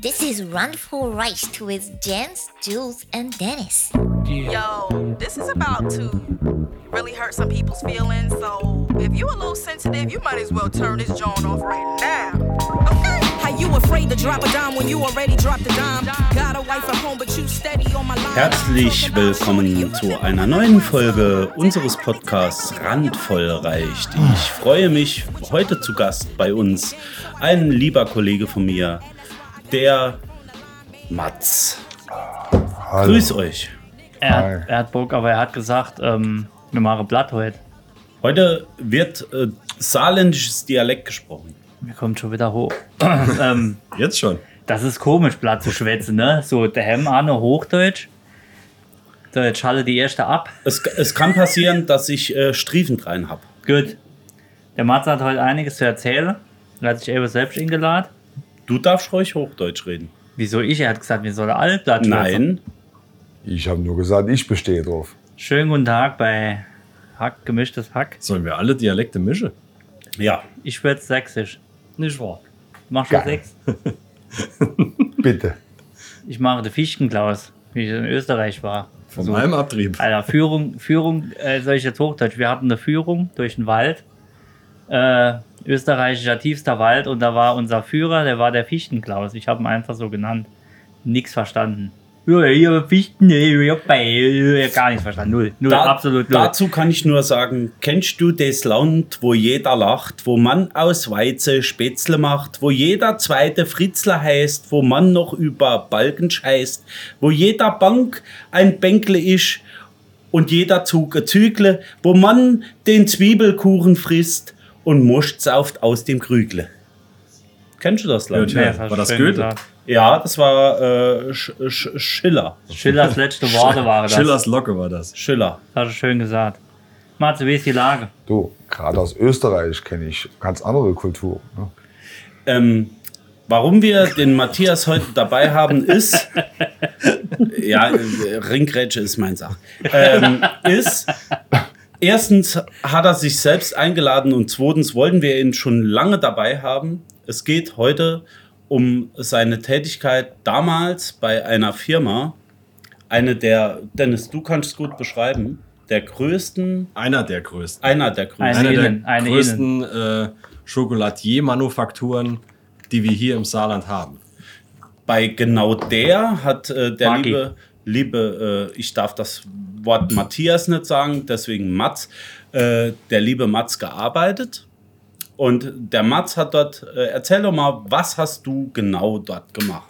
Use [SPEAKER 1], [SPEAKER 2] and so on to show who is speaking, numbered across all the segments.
[SPEAKER 1] This is Run for Rice with Jens, Jules, and Dennis.
[SPEAKER 2] Yo, this is about to really hurt some people's feelings. So if you a little sensitive, you might as well turn this joint off right now. Okay.
[SPEAKER 3] How you afraid to drop a dime when you already dropped a dime? Got a wife at home, but you steady on my line.
[SPEAKER 4] Herzlich willkommen zu einer neuen Folge unseres Podcasts Randvoll reicht. Ich freue mich, heute zu Gast bei uns ein lieber Kollege von mir, der Mats.
[SPEAKER 5] Hallo.
[SPEAKER 4] Grüß euch.
[SPEAKER 6] Er
[SPEAKER 5] Hi.
[SPEAKER 6] hat, er hat Bock, aber er hat gesagt, ähm, wir machen Blatt heute.
[SPEAKER 4] Heute wird äh, saarländisches Dialekt gesprochen.
[SPEAKER 6] Wir kommen schon wieder hoch. ähm,
[SPEAKER 4] Jetzt schon.
[SPEAKER 6] das ist komisch, Blatt zu schwätzen, ne? So, der Hemm, Anne, Hochdeutsch. So, jetzt schalte die erste ab.
[SPEAKER 4] Es, es kann passieren, dass ich äh, Striefen rein habe.
[SPEAKER 6] Gut. Der Mats hat heute einiges zu erzählen. Er hat sich eben selbst eingeladen.
[SPEAKER 4] Du darfst ruhig Hochdeutsch reden.
[SPEAKER 6] Wieso ich? Er hat gesagt, wir sollen alle Blatt
[SPEAKER 4] Nein,
[SPEAKER 6] schwätzen.
[SPEAKER 5] Ich habe nur gesagt, ich bestehe drauf.
[SPEAKER 6] Schönen guten Tag bei Hack, gemischtes Hack.
[SPEAKER 7] Sollen wir alle Dialekte mischen?
[SPEAKER 4] ja.
[SPEAKER 6] Ich schwätze sächsisch.
[SPEAKER 7] Nicht wahr?
[SPEAKER 6] Mach schon
[SPEAKER 5] Geil.
[SPEAKER 6] sechs.
[SPEAKER 5] Bitte.
[SPEAKER 6] Ich mache den Fichtenklaus, wie ich in Österreich war.
[SPEAKER 7] Von
[SPEAKER 6] So.
[SPEAKER 7] meinem Abtrieb.
[SPEAKER 6] Alter, Führung, Führung, äh, soll ich jetzt Hochdeutsch? Wir hatten eine Führung durch den Wald. Äh, österreichischer tiefster Wald und da war unser Führer, der war der Fichtenklaus. Ich habe ihn einfach so genannt. Nix verstanden. Ja, ja, Fichten, ja, ja, bei, ja, ja, gar nichts verstanden. Null, null,
[SPEAKER 4] Da,
[SPEAKER 6] absolut null.
[SPEAKER 4] dazu kann ich nur sagen, kennst du das Land, wo jeder lacht, wo Mann aus Weizen Spätzle macht, wo jeder zweite Fritzler heißt, wo Mann noch über Balken scheißt, wo jeder Bank ein Bänkle ist und jeder Zug ein Zügle, wo Mann den Zwiebelkuchen frisst und Most sauft aus dem Krügle. Kennst du das Land?
[SPEAKER 7] Ja,
[SPEAKER 6] Nee, hast
[SPEAKER 7] War das
[SPEAKER 6] schön
[SPEAKER 7] Goethe?
[SPEAKER 6] gesagt.
[SPEAKER 4] Ja, das war äh, Sch Sch Schiller.
[SPEAKER 6] Schillers letzte Worte waren das. Schiller.
[SPEAKER 7] Schillers Locke war das.
[SPEAKER 4] Schiller.
[SPEAKER 6] Das hast du schön gesagt. Matze, wie ist die Lage?
[SPEAKER 5] Du, gerade aus Österreich kenne ich ganz andere Kulturen. Ne?
[SPEAKER 4] Ähm, warum wir den Matthias heute dabei haben, ist. ja, äh, Ringgrätsche ist mein Sach. Ähm, ist. Erstens hat er sich selbst eingeladen und zweitens wollten wir ihn schon lange dabei haben. Es geht heute um seine Tätigkeit damals bei einer Firma, eine der, Dennis, du kannst gut beschreiben, der größten,
[SPEAKER 7] Einer der größten.
[SPEAKER 4] einer der größten.
[SPEAKER 6] Eine
[SPEAKER 7] Einer
[SPEAKER 6] Innen,
[SPEAKER 7] der
[SPEAKER 6] eine
[SPEAKER 7] größten äh, Chocolatier-Manufakturen, die wir hier im Saarland haben.
[SPEAKER 4] bei genau der hat äh, der
[SPEAKER 6] Maki.
[SPEAKER 4] liebe, liebe, äh, ich darf das Wort Matthias nicht sagen, deswegen Mats, äh, der liebe Mats gearbeitet. Und der Mats hat dort, äh, erzähl doch mal, was hast du genau dort gemacht?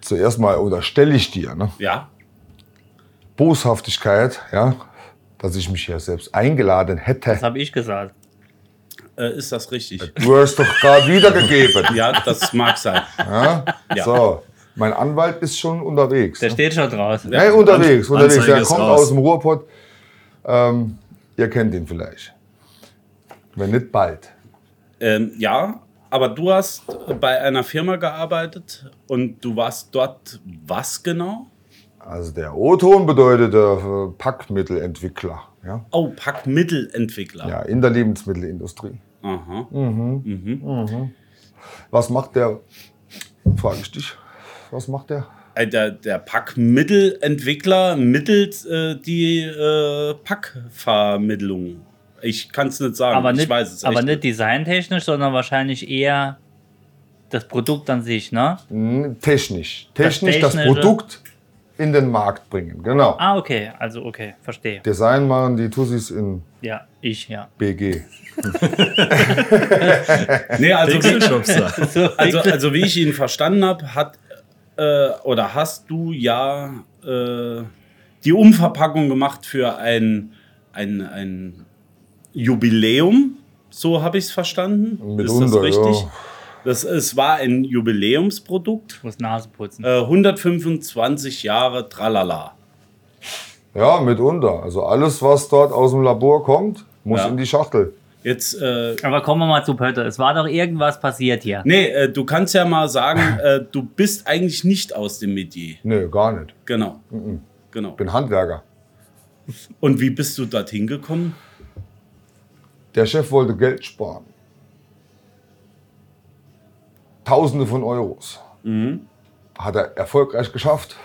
[SPEAKER 5] Zuerst mal unterstelle ich dir ne?
[SPEAKER 4] Ja,
[SPEAKER 5] Boshaftigkeit, ja, dass ich mich hier selbst eingeladen
[SPEAKER 6] Das
[SPEAKER 5] hätte.
[SPEAKER 6] habe ich gesagt.
[SPEAKER 4] äh, ist das richtig?
[SPEAKER 5] Du hast doch gerade wiedergegeben.
[SPEAKER 4] Ja, das mag sein.
[SPEAKER 5] Ja?
[SPEAKER 4] Ja.
[SPEAKER 5] So, mein Anwalt ist schon unterwegs. ne?
[SPEAKER 6] Der steht schon draußen.
[SPEAKER 5] Hey, unterwegs,
[SPEAKER 7] Anzeige
[SPEAKER 5] unterwegs. Der
[SPEAKER 7] ist
[SPEAKER 5] kommt
[SPEAKER 7] raus.
[SPEAKER 5] aus dem Ruhrpott. Ähm, ihr kennt ihn vielleicht. Wenn nicht bald.
[SPEAKER 4] Ähm, ja, aber du hast bei einer Firma gearbeitet und du warst dort was genau?
[SPEAKER 5] Also der O-Ton bedeutete äh, Packmittelentwickler. Ja?
[SPEAKER 4] Oh, Packmittelentwickler.
[SPEAKER 5] ja, in der Lebensmittelindustrie.
[SPEAKER 4] Aha.
[SPEAKER 5] Was macht der? Frage ich dich. Was macht der?
[SPEAKER 4] Äh, der, der Packmittelentwickler mittelt äh, die äh, Packvermittlung. Ich kann es nicht sagen,
[SPEAKER 6] aber
[SPEAKER 4] ich
[SPEAKER 6] nicht,
[SPEAKER 4] weiß es
[SPEAKER 6] aber
[SPEAKER 4] echt
[SPEAKER 6] nicht designtechnisch, sondern wahrscheinlich eher das Produkt an sich, ne?
[SPEAKER 5] Hm, Technisch. Technisch das,
[SPEAKER 6] Technische.
[SPEAKER 5] Produkt in den Markt bringen. Genau.
[SPEAKER 6] Ah, okay, also okay, verstehe.
[SPEAKER 5] Design machen die Tussis in
[SPEAKER 6] Ja, ich, ja.
[SPEAKER 5] BG.
[SPEAKER 4] Nee, also, wie,
[SPEAKER 7] Pixelschubser.
[SPEAKER 4] also, also wie ich ihn verstanden habe, hat äh, oder hast du ja äh, die Umverpackung gemacht für ein, ein, ein Jubiläum. So habe ich es verstanden. Ist das
[SPEAKER 5] Mitunter,
[SPEAKER 4] richtig?
[SPEAKER 5] ja.
[SPEAKER 4] Das, es war ein Jubiläumsprodukt.
[SPEAKER 6] Ich muss Nase putzen.
[SPEAKER 4] Äh, 125 Jahre tralala.
[SPEAKER 5] Ja, mitunter. Also alles, was dort aus dem Labor kommt, muss
[SPEAKER 4] Ja.
[SPEAKER 5] in die Schachtel.
[SPEAKER 4] Jetzt äh,
[SPEAKER 6] Aber kommen wir mal zu Pötte. Es war doch irgendwas passiert hier.
[SPEAKER 4] Nee, äh, du kannst ja mal sagen, äh, du bist eigentlich nicht aus dem Metier.
[SPEAKER 5] Nö, gar nicht.
[SPEAKER 4] Genau. Genau.
[SPEAKER 5] Mhm. Bin Handwerker.
[SPEAKER 4] Und wie bist du dorthin gekommen?
[SPEAKER 5] Der Chef wollte Geld sparen. Tausende von Euros. Hat er erfolgreich geschafft.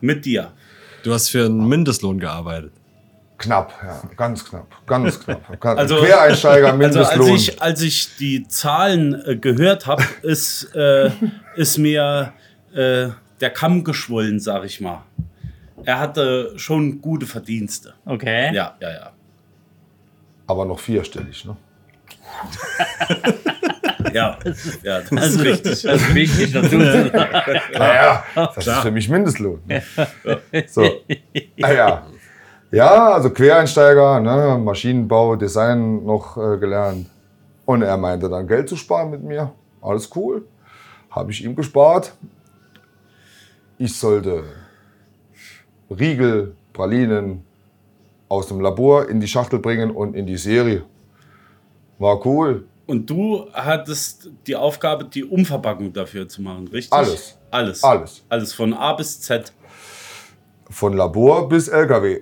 [SPEAKER 4] Mit dir.
[SPEAKER 7] Du hast für einen Mindestlohn gearbeitet.
[SPEAKER 5] Knapp, ja, ganz knapp, ganz knapp. Ganz-
[SPEAKER 4] Also-
[SPEAKER 5] Quereinsteiger,
[SPEAKER 4] Also
[SPEAKER 5] Mindestlohn.
[SPEAKER 4] als ich, als ich die Zahlen äh, gehört habe, ist, äh, ist mir äh, der Kamm geschwollen, sag ich mal. Er hatte schon gute Verdienste.
[SPEAKER 6] Okay.
[SPEAKER 4] Ja, ja, ja.
[SPEAKER 5] Aber noch vierstellig, ne?
[SPEAKER 4] Ja, ja das ist richtig.
[SPEAKER 6] Also, Das ist wichtig dazu zu sagen.
[SPEAKER 5] Naja, das ist für mich Mindestlohn. Ne? So. Naja. Ja, also Quereinsteiger, ne? Maschinenbau, Design noch äh, gelernt. Und er meinte dann, Geld zu sparen mit mir. Alles cool. Habe ich ihm gespart. Ich sollte Riegel, Pralinen aus dem Labor in die Schachtel bringen und in die Serie. War cool.
[SPEAKER 4] Und du hattest die Aufgabe, die Umverpackung dafür zu machen, richtig?
[SPEAKER 5] Alles.
[SPEAKER 4] Alles.
[SPEAKER 5] Alles.
[SPEAKER 4] Alles von A bis Z.
[SPEAKER 5] Von Labor bis LKW.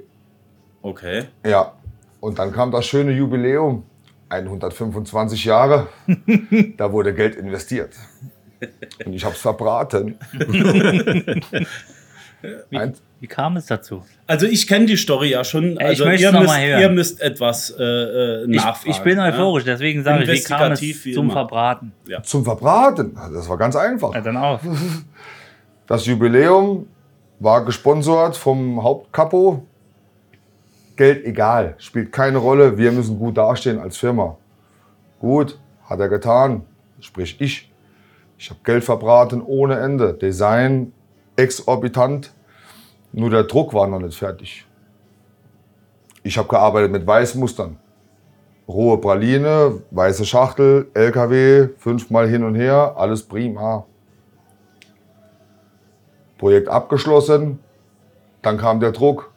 [SPEAKER 4] Okay.
[SPEAKER 5] Ja, und dann kam das schöne Jubiläum. 125 Jahre, da wurde Geld investiert. Und ich hab's verbraten. Ein,
[SPEAKER 6] Wie kam es dazu?
[SPEAKER 4] Also ich kenne die Story ja schon.
[SPEAKER 6] Ey, ich
[SPEAKER 4] Also
[SPEAKER 6] möcht's
[SPEAKER 4] ihr,
[SPEAKER 6] noch
[SPEAKER 4] müsst,
[SPEAKER 6] mal hören.
[SPEAKER 4] ihr müsst etwas äh, äh,
[SPEAKER 6] Ich,
[SPEAKER 4] nachfragen.
[SPEAKER 6] ich bin euphorisch, deswegen sage ich, wie kam es
[SPEAKER 4] Investigativ wie
[SPEAKER 6] zum
[SPEAKER 4] immer.
[SPEAKER 6] Verbraten?
[SPEAKER 5] zum Verbraten, also das war ganz einfach.
[SPEAKER 6] Ja, dann auf.
[SPEAKER 5] Das Jubiläum war gesponsert vom Hauptkapo. Geld egal, spielt keine Rolle. Wir müssen gut dastehen als Firma. Gut, hat er getan. Sprich ich. Ich habe Geld verbraten ohne Ende. Design exorbitant. Nur der Druck war noch nicht fertig. Ich habe gearbeitet mit Weißmustern. Rohe Praline, weiße Schachtel, LKW, fünfmal hin und her, alles prima. Projekt abgeschlossen. Dann kam der Druck.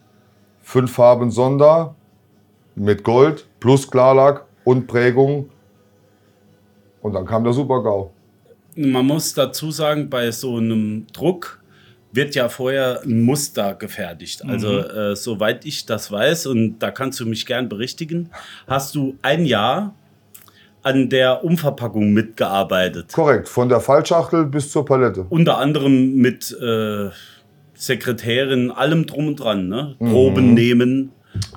[SPEAKER 5] Fünf Farben Sonder mit Gold plus Klarlack und Prägung. Und dann kam der Supergau.
[SPEAKER 4] Man muss dazu sagen, bei so einem Druck wird ja vorher ein Muster gefertigt. Also
[SPEAKER 6] Mhm.
[SPEAKER 4] äh, soweit ich das weiß, und da kannst du mich gern berichtigen, hast du ein Jahr an der Umverpackung mitgearbeitet.
[SPEAKER 5] Korrekt, von der Fallschachtel bis zur Palette.
[SPEAKER 4] Unter anderem mit äh, Sekretärin, allem drum und dran. Ne? Proben nehmen,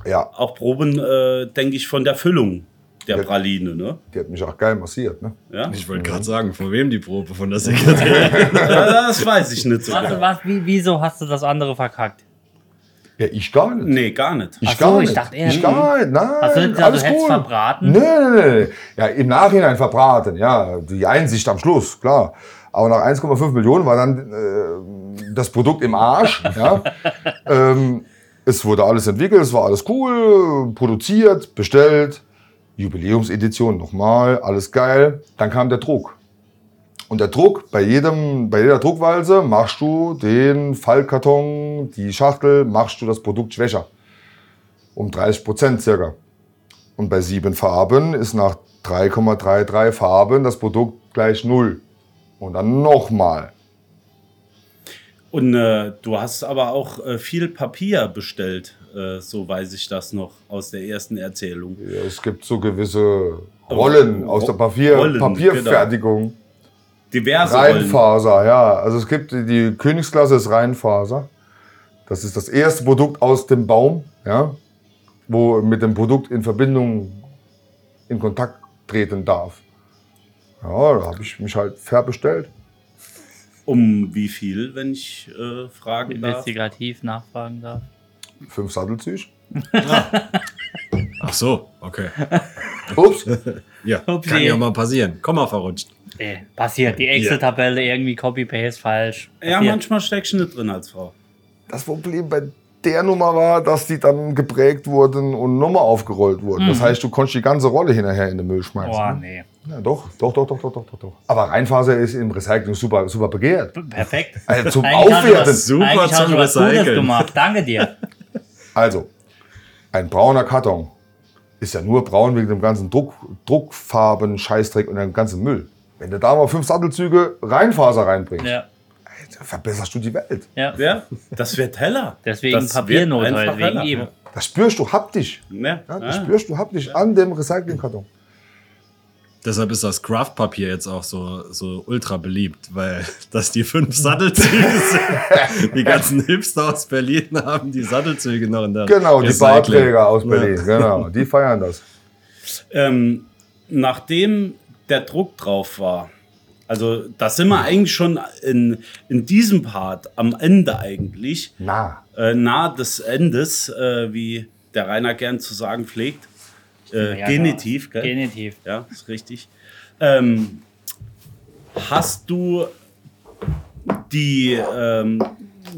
[SPEAKER 5] Ja,
[SPEAKER 4] auch Proben, äh, denke ich, von der Füllung der
[SPEAKER 5] Ja.
[SPEAKER 4] Praline. Ne?
[SPEAKER 5] die hat mich auch geil massiert. Ne?
[SPEAKER 4] Ja?
[SPEAKER 7] Ich wollte gerade sagen, von wem die Probe? Von der Sekretärin.
[SPEAKER 4] das weiß ich nicht so
[SPEAKER 6] Warte,
[SPEAKER 4] genau.
[SPEAKER 6] was, wie, wieso hast du das andere verkackt?
[SPEAKER 5] Ja, ich gar nicht.
[SPEAKER 4] Nee, gar nicht.
[SPEAKER 5] Ich hm.
[SPEAKER 6] Ach so,
[SPEAKER 5] gar
[SPEAKER 6] ich
[SPEAKER 5] nicht.
[SPEAKER 6] dachte, er-
[SPEAKER 5] ich gar nicht. Nein,
[SPEAKER 6] Hast du nicht- also
[SPEAKER 5] alles
[SPEAKER 6] hättest
[SPEAKER 5] cool.
[SPEAKER 6] verbraten?
[SPEAKER 5] Nee, nee, nee, nee. Ja, im Nachhinein verbraten. Ja, die Einsicht am Schluss, klar. Aber nach 1,5 Millionen war dann äh, das Produkt im Arsch. Ja. ähm, es wurde alles entwickelt, es war alles cool, produziert, bestellt. Jubiläumsedition nochmal, alles geil. Dann kam der Druck. Und der Druck, bei, jedem, bei jeder Druckwalze machst du den Fallkarton, die Schachtel, machst du das Produkt schwächer. Um 30 Prozent circa. Und bei sieben Farben ist nach 3,33 Farben das Produkt gleich null. Und dann nochmal.
[SPEAKER 4] Und äh, du hast aber auch äh, viel Papier bestellt, äh, so weiß ich das noch aus der ersten Erzählung.
[SPEAKER 5] Ja, Es gibt so gewisse Rollen aus der Papier
[SPEAKER 4] Rollen,
[SPEAKER 5] Papierfertigung.
[SPEAKER 4] Diverse Rollen.
[SPEAKER 5] Reinfaser, ja. Also es gibt die- die Königsklasse ist Reinfaser. Das ist das erste Produkt aus dem Baum, ja, wo mit dem Produkt in Verbindung, in Kontakt treten darf. Ja, da habe ich mich halt verbestellt.
[SPEAKER 4] Um wie viel, wenn ich äh, fragen darf?
[SPEAKER 6] Investigativ nachfragen darf.
[SPEAKER 5] Fünf Sattelzüge.
[SPEAKER 7] Ach so, okay.
[SPEAKER 5] Ups.
[SPEAKER 7] Ja,
[SPEAKER 6] Upsi.
[SPEAKER 7] kann ja mal passieren. Komma verrutscht.
[SPEAKER 6] Ey, Äh, passiert, die Excel-Tabelle irgendwie Copy-Paste falsch.
[SPEAKER 4] Ja,
[SPEAKER 6] Passiert.
[SPEAKER 4] manchmal steckst du nicht drin als Frau.
[SPEAKER 5] Das Problem bei der Nummer war, dass die dann geprägt wurden und nochmal aufgerollt wurden. Das heißt, du konntest die ganze Rolle hinterher in den Müll schmeißen.
[SPEAKER 6] Mhm. Boah,
[SPEAKER 5] ne?
[SPEAKER 6] nee.
[SPEAKER 5] ja, doch, doch, doch, doch, doch, doch, doch, doch. Aber Reinfaser ist im Recycling super, super begehrt.
[SPEAKER 6] P- Perfekt.
[SPEAKER 5] Also zum
[SPEAKER 6] Eigentlich hast du
[SPEAKER 5] Aufwerten.
[SPEAKER 6] was-
[SPEAKER 7] Super
[SPEAKER 6] Eigentlich hast
[SPEAKER 7] zum
[SPEAKER 6] du was Gutes
[SPEAKER 7] Recyceln.
[SPEAKER 6] gemacht. Danke dir.
[SPEAKER 5] Also, ein brauner Karton ist ja nur braun wegen dem ganzen Druck, Druckfarben, Scheißdreck und dem ganzen Müll. Wenn du da mal fünf Sattelzüge Reinfaser reinbringst,
[SPEAKER 6] Ja,
[SPEAKER 5] verbesserst du die Welt.
[SPEAKER 6] ja.
[SPEAKER 4] Ja, das wird heller.
[SPEAKER 6] Deswegen
[SPEAKER 4] das
[SPEAKER 6] Papiernot
[SPEAKER 4] wird
[SPEAKER 6] heute,
[SPEAKER 4] einfach
[SPEAKER 6] wegen
[SPEAKER 4] heller.
[SPEAKER 6] ihm.
[SPEAKER 5] Das spürst du haptisch.
[SPEAKER 4] Ja.
[SPEAKER 6] Ah.
[SPEAKER 5] Ja, das
[SPEAKER 4] Ja.
[SPEAKER 5] spürst du haptisch an dem Recyclingkarton.
[SPEAKER 7] Deshalb ist das Craftpapier jetzt auch so, so ultra beliebt, weil das die fünf Sattelzüge sind. Die ganzen Hipster aus Berlin haben die Sattelzüge noch in der
[SPEAKER 5] Genau, die
[SPEAKER 7] Recycling.
[SPEAKER 5] Barträger aus
[SPEAKER 7] Ja.
[SPEAKER 5] Berlin, genau, die feiern das.
[SPEAKER 4] ähm, nachdem der Druck drauf war, also da sind wir eigentlich schon in, in diesem Part am Ende eigentlich,
[SPEAKER 5] Na,
[SPEAKER 4] äh, nahe des Endes, äh, wie der Rainer gern zu sagen pflegt. Äh,
[SPEAKER 6] Ja, genau.
[SPEAKER 4] genitiv,
[SPEAKER 6] klar.
[SPEAKER 4] gell?
[SPEAKER 6] Genitiv.
[SPEAKER 4] Ja, ist richtig. Ähm, hast du die, ähm,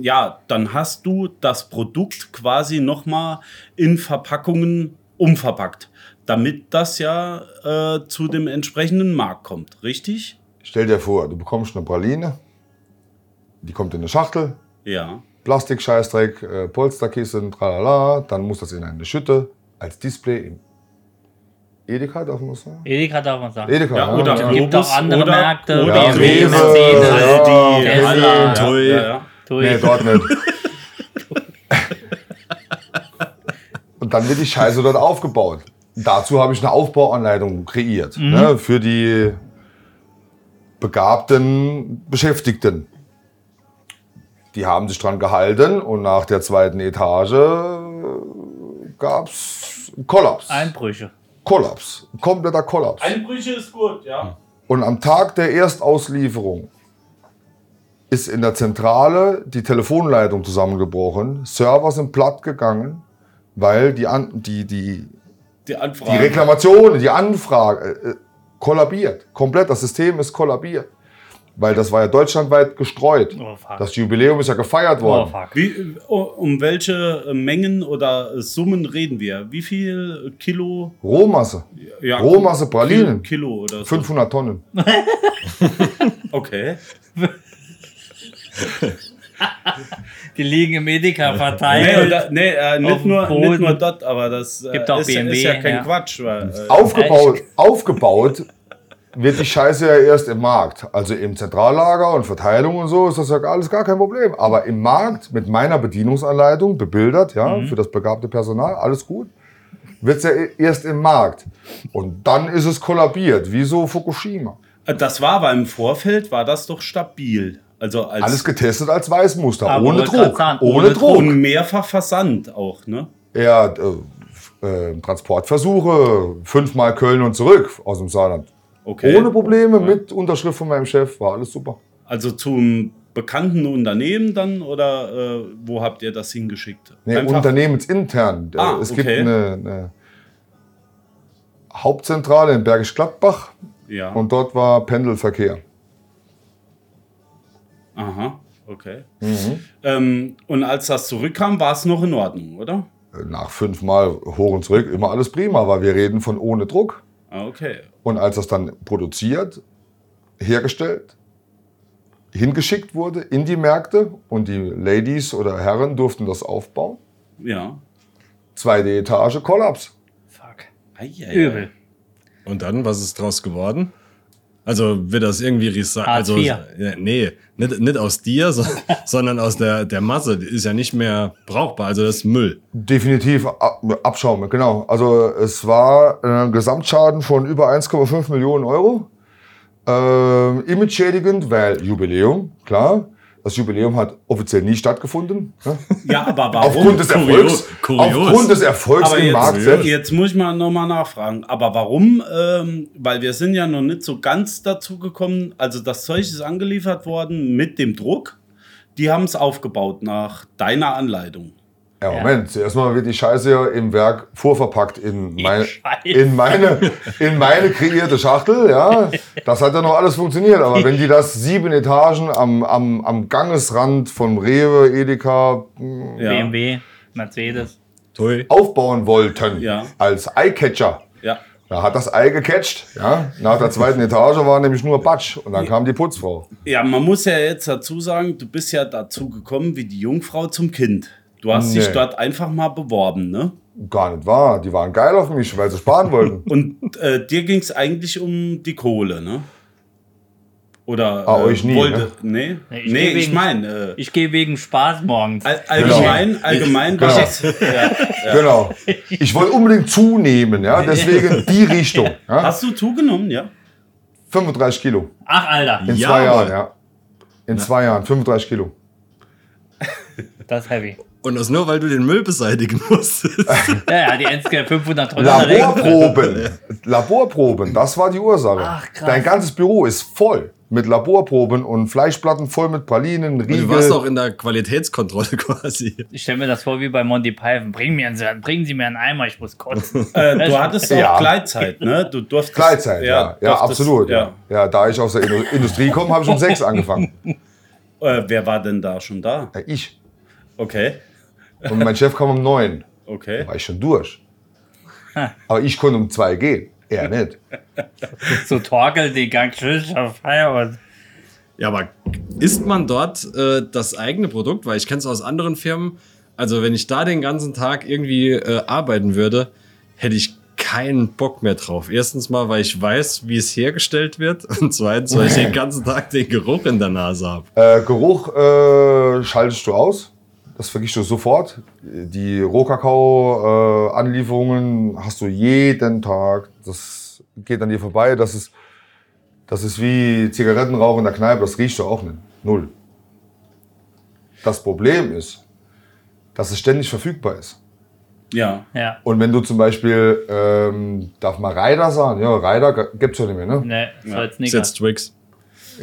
[SPEAKER 4] ja, dann hast du das Produkt quasi nochmal in Verpackungen umverpackt, damit das ja äh, zu dem entsprechenden Markt kommt, richtig?
[SPEAKER 5] stell dir vor, du bekommst eine Praline, die kommt in eine Schachtel,
[SPEAKER 4] Ja.
[SPEAKER 5] Plastik-Scheißdreck, äh, Polsterkissen, tralala, dann muss das in eine Schütte als Display im Edeka, darf man sagen?
[SPEAKER 6] Edeka darf man sagen.
[SPEAKER 5] Edeka,
[SPEAKER 4] ja oder
[SPEAKER 6] Es gibt
[SPEAKER 4] Globus
[SPEAKER 6] auch andere
[SPEAKER 4] oder,
[SPEAKER 6] Märkte,
[SPEAKER 4] oder
[SPEAKER 5] Ja,
[SPEAKER 6] BMW,
[SPEAKER 5] Rewe,
[SPEAKER 6] Mercedes,
[SPEAKER 5] ja,
[SPEAKER 4] Aldi,
[SPEAKER 6] Tesla,
[SPEAKER 4] Aldi,
[SPEAKER 6] ja,
[SPEAKER 4] Tui. Ja, ja.
[SPEAKER 6] Tui.
[SPEAKER 5] Nee, dort nicht. Und dann wird die Scheiße dort aufgebaut. Dazu habe ich eine Aufbauanleitung kreiert ne, für die begabten Beschäftigten. Die haben sich dran gehalten und nach der zweiten Etage gab es Kollaps.
[SPEAKER 6] Einbrüche.
[SPEAKER 5] Kollaps. Kompletter Kollaps.
[SPEAKER 4] Einbrüche ist gut, ja.
[SPEAKER 5] Und am Tag der Erstauslieferung ist in der Zentrale die Telefonleitung zusammengebrochen, Server sind platt gegangen, weil die, An die, die,
[SPEAKER 4] Die
[SPEAKER 5] die
[SPEAKER 4] Anfrage.
[SPEAKER 5] Reklamationen, die Anfrage äh, äh, kollabiert. Komplett, das System ist kollabiert. Weil das war ja deutschlandweit gestreut.
[SPEAKER 6] Oh, fuck.
[SPEAKER 5] Das Jubiläum ist ja gefeiert
[SPEAKER 6] Oh,
[SPEAKER 5] worden.
[SPEAKER 6] fuck.
[SPEAKER 4] Wie, um welche Mengen oder äh, Summen reden wir? Wie viel Kilo?
[SPEAKER 5] Rohmasse.
[SPEAKER 4] Ja,
[SPEAKER 5] Rohmasse Pralinen.
[SPEAKER 4] Kilo oder so.
[SPEAKER 5] 500 Tonnen.
[SPEAKER 4] Okay.
[SPEAKER 6] Die liegen im Edeka
[SPEAKER 4] Nee,
[SPEAKER 6] verteilt.
[SPEAKER 4] da, nee äh,
[SPEAKER 6] Auf
[SPEAKER 4] nicht,
[SPEAKER 6] dem
[SPEAKER 4] nur, nicht
[SPEAKER 6] Boden.
[SPEAKER 4] nur dort, aber das äh,
[SPEAKER 6] Gibt auch
[SPEAKER 4] ist,
[SPEAKER 6] BMW,
[SPEAKER 4] ist ja kein
[SPEAKER 6] ja.
[SPEAKER 4] Quatsch. Weil, äh,
[SPEAKER 5] Aufgebaut, aufgebaut wird die Scheiße ja erst im Markt. Also im Zentrallager und Verteilung und so ist das ja alles gar kein Problem. Aber im Markt mit meiner Bedienungsanleitung, bebildert, ja,
[SPEAKER 6] Mhm.
[SPEAKER 5] für das begabte Personal, alles gut, wird es ja e-, erst im Markt. Und dann ist es kollabiert, wie so Fukushima.
[SPEAKER 4] äh, das war aber im Vorfeld, war das doch stabil. Also als
[SPEAKER 5] Alles getestet als Weißmuster,
[SPEAKER 6] Aber
[SPEAKER 5] ohne
[SPEAKER 6] wollte grad
[SPEAKER 5] Druck.
[SPEAKER 6] sagen,
[SPEAKER 5] ohne
[SPEAKER 6] ohne
[SPEAKER 5] Druck.
[SPEAKER 4] und mehrfach Versand auch, ne?
[SPEAKER 5] Ja, äh, äh, Transportversuche, fünfmal Köln und zurück aus dem Saarland.
[SPEAKER 4] Okay.
[SPEAKER 5] Ohne Probleme, mit Unterschrift von meinem Chef, war alles super.
[SPEAKER 4] Also zum bekannten Unternehmen dann oder äh, wo habt ihr das hingeschickt?
[SPEAKER 5] Nee, unternehmensintern. Äh,
[SPEAKER 4] Ah,
[SPEAKER 5] es
[SPEAKER 4] okay.
[SPEAKER 5] gibt eine, eine Hauptzentrale in Bergisch Gladbach
[SPEAKER 4] Ja.
[SPEAKER 5] und dort war Pendelverkehr. Äh,
[SPEAKER 4] Aha, okay.
[SPEAKER 5] Mhm.
[SPEAKER 4] Ähm, und als das zurückkam, war es noch in Ordnung, oder?
[SPEAKER 5] Nach fünfmal hoch und zurück immer alles prima, weil wir reden von ohne Druck.
[SPEAKER 4] Ah, okay.
[SPEAKER 5] Und als das dann produziert, hergestellt, hingeschickt wurde in die Märkte und die Ladies oder Herren durften das aufbauen,
[SPEAKER 4] Ja.
[SPEAKER 5] zweite Etage, Kollaps.
[SPEAKER 6] Fuck.
[SPEAKER 4] Eieiei.
[SPEAKER 6] Übel.
[SPEAKER 7] Und dann, was ist draus geworden? Also wird das irgendwie recycelt?
[SPEAKER 6] Hartz
[SPEAKER 7] Also,
[SPEAKER 6] IV.
[SPEAKER 7] ja, nee, nicht, nicht aus dir, so, sondern aus der, der Masse. Die ist ja nicht mehr brauchbar. Also das ist Müll.
[SPEAKER 5] Definitiv ab- Abschaum, genau. Also es war ein Gesamtschaden von über 1,5 Millionen Euro. Ähm, image-schädigend, weil Jubiläum, klar. Das Jubiläum hat offiziell nie stattgefunden. Ne?
[SPEAKER 4] Ja, aber warum?
[SPEAKER 5] Aufgrund des Erfolgs.
[SPEAKER 7] Oh, kurios.
[SPEAKER 5] Aufgrund des Erfolgs
[SPEAKER 4] aber
[SPEAKER 5] im Markt
[SPEAKER 4] jetzt,
[SPEAKER 5] selbst.
[SPEAKER 4] jetzt muss ich mal nochmal nachfragen. Aber warum? Ähm, weil wir sind ja noch nicht so ganz dazu gekommen. Also das Zeug ist angeliefert worden mit dem Druck. Die haben es aufgebaut nach deiner Anleitung.
[SPEAKER 5] Ja, Moment, zuerst mal wird die Scheiße ja im Werk vorverpackt in, meine,
[SPEAKER 6] Scheiße.
[SPEAKER 5] in, meine, in meine kreierte Schachtel. Ja, das hat ja noch alles funktioniert. Aber wenn die das sieben Etagen am, am, am Gangesrand von Rewe, Edeka,
[SPEAKER 4] Ja.
[SPEAKER 6] BMW, Mercedes.
[SPEAKER 7] Toi.
[SPEAKER 5] aufbauen wollten
[SPEAKER 4] Ja.
[SPEAKER 5] als Eyecatcher.
[SPEAKER 4] Ja.
[SPEAKER 5] Da hat das Ei gecatcht. Ja? Nach der zweiten Etage war nämlich nur Batsch und dann kam die Putzfrau.
[SPEAKER 4] Ja, man muss ja jetzt dazu sagen, du bist ja dazu gekommen wie die Jungfrau zum Kind. Du hast dich
[SPEAKER 5] Nee.
[SPEAKER 4] dort einfach mal beworben, ne?
[SPEAKER 5] Gar nicht wahr. Die waren geil auf mich, weil sie sparen wollten.
[SPEAKER 4] Und äh, dir ging es eigentlich um die Kohle, ne? Oder
[SPEAKER 5] Ah, euch nie,
[SPEAKER 4] wollte. Nee, nee,
[SPEAKER 6] ich geh
[SPEAKER 4] ich
[SPEAKER 6] wegen-
[SPEAKER 4] meine. Äh,
[SPEAKER 6] Ich gehe wegen Spaß morgens.
[SPEAKER 4] all- allgemein, allgemein war
[SPEAKER 5] Genau.
[SPEAKER 4] das. Ja.
[SPEAKER 5] Genau. Ich wollte unbedingt zunehmen, ja, deswegen die Richtung. Ja?
[SPEAKER 4] Hast du zugenommen, ja?
[SPEAKER 5] 35 Kilo
[SPEAKER 6] Ach, Alter,
[SPEAKER 5] in
[SPEAKER 7] Ja,
[SPEAKER 5] zwei
[SPEAKER 7] aber-
[SPEAKER 5] Jahren, ja. In zwei Jahren, 35 Kilo.
[SPEAKER 6] das ist heavy.
[SPEAKER 7] Und das nur, weil du den Müll beseitigen musstest.
[SPEAKER 6] Ja, ja, die Endscale 500 Tonnen.
[SPEAKER 5] Laborproben. Laborproben, das war die Ursache.
[SPEAKER 6] Ach, krass.
[SPEAKER 5] Dein ganzes Büro ist voll mit Laborproben und Fleischplatten voll mit Pralinen,
[SPEAKER 7] Du warst auch
[SPEAKER 5] Riegel.
[SPEAKER 7] in der Qualitätskontrolle quasi.
[SPEAKER 6] Ich stelle mir das vor wie bei Monty Python. Bringen, mir einen, bringen Sie mir einen Eimer, ich muss kotzen.
[SPEAKER 4] Äh, du hattest
[SPEAKER 5] Ja.
[SPEAKER 4] auch Gleitzeit, ne? Du durftest.
[SPEAKER 5] Gleitzeit, ja. Ja,
[SPEAKER 4] durftest-
[SPEAKER 5] absolut. Ja.
[SPEAKER 4] ja.
[SPEAKER 5] ja, da ich aus der Indu- Industrie komme, habe ich um sechs angefangen.
[SPEAKER 4] Äh, wer war denn da schon da?
[SPEAKER 5] Ja, ich.
[SPEAKER 4] Okay,
[SPEAKER 5] Und mein Chef kam um neun.
[SPEAKER 4] okay.
[SPEAKER 5] War ich schon durch. Aber ich konnte um zwei gehen. Er nicht.
[SPEAKER 6] so torkelt die Gang tschüss, auf Feierabend.
[SPEAKER 7] Ja, aber isst man dort äh, das eigene Produkt? Weil ich kenne es aus anderen Firmen. Also wenn ich da den ganzen Tag irgendwie äh, arbeiten würde, hätte ich keinen Bock mehr drauf. Erstens mal, weil ich weiß, wie es hergestellt wird. Und zweitens, weil ich den ganzen Tag den Geruch in der Nase habe.
[SPEAKER 5] Äh, Geruch äh, schaltest du aus. Das vergisst du sofort. Die Rohkakao-Anlieferungen hast du jeden Tag. Das geht an dir vorbei. Das ist, das ist wie Zigarettenrauch in der Kneipe. Das riechst du auch nicht. Null. Das Problem ist, dass es ständig verfügbar ist.
[SPEAKER 4] Ja.
[SPEAKER 6] Ja.
[SPEAKER 5] Und wenn du zum Beispiel, ähm, darf man Reiter sagen? Ja, Reiter gibt's ja nicht mehr, ne?
[SPEAKER 6] Ne, das war jetzt
[SPEAKER 7] Ist
[SPEAKER 6] nicht.
[SPEAKER 7] jetzt Twix.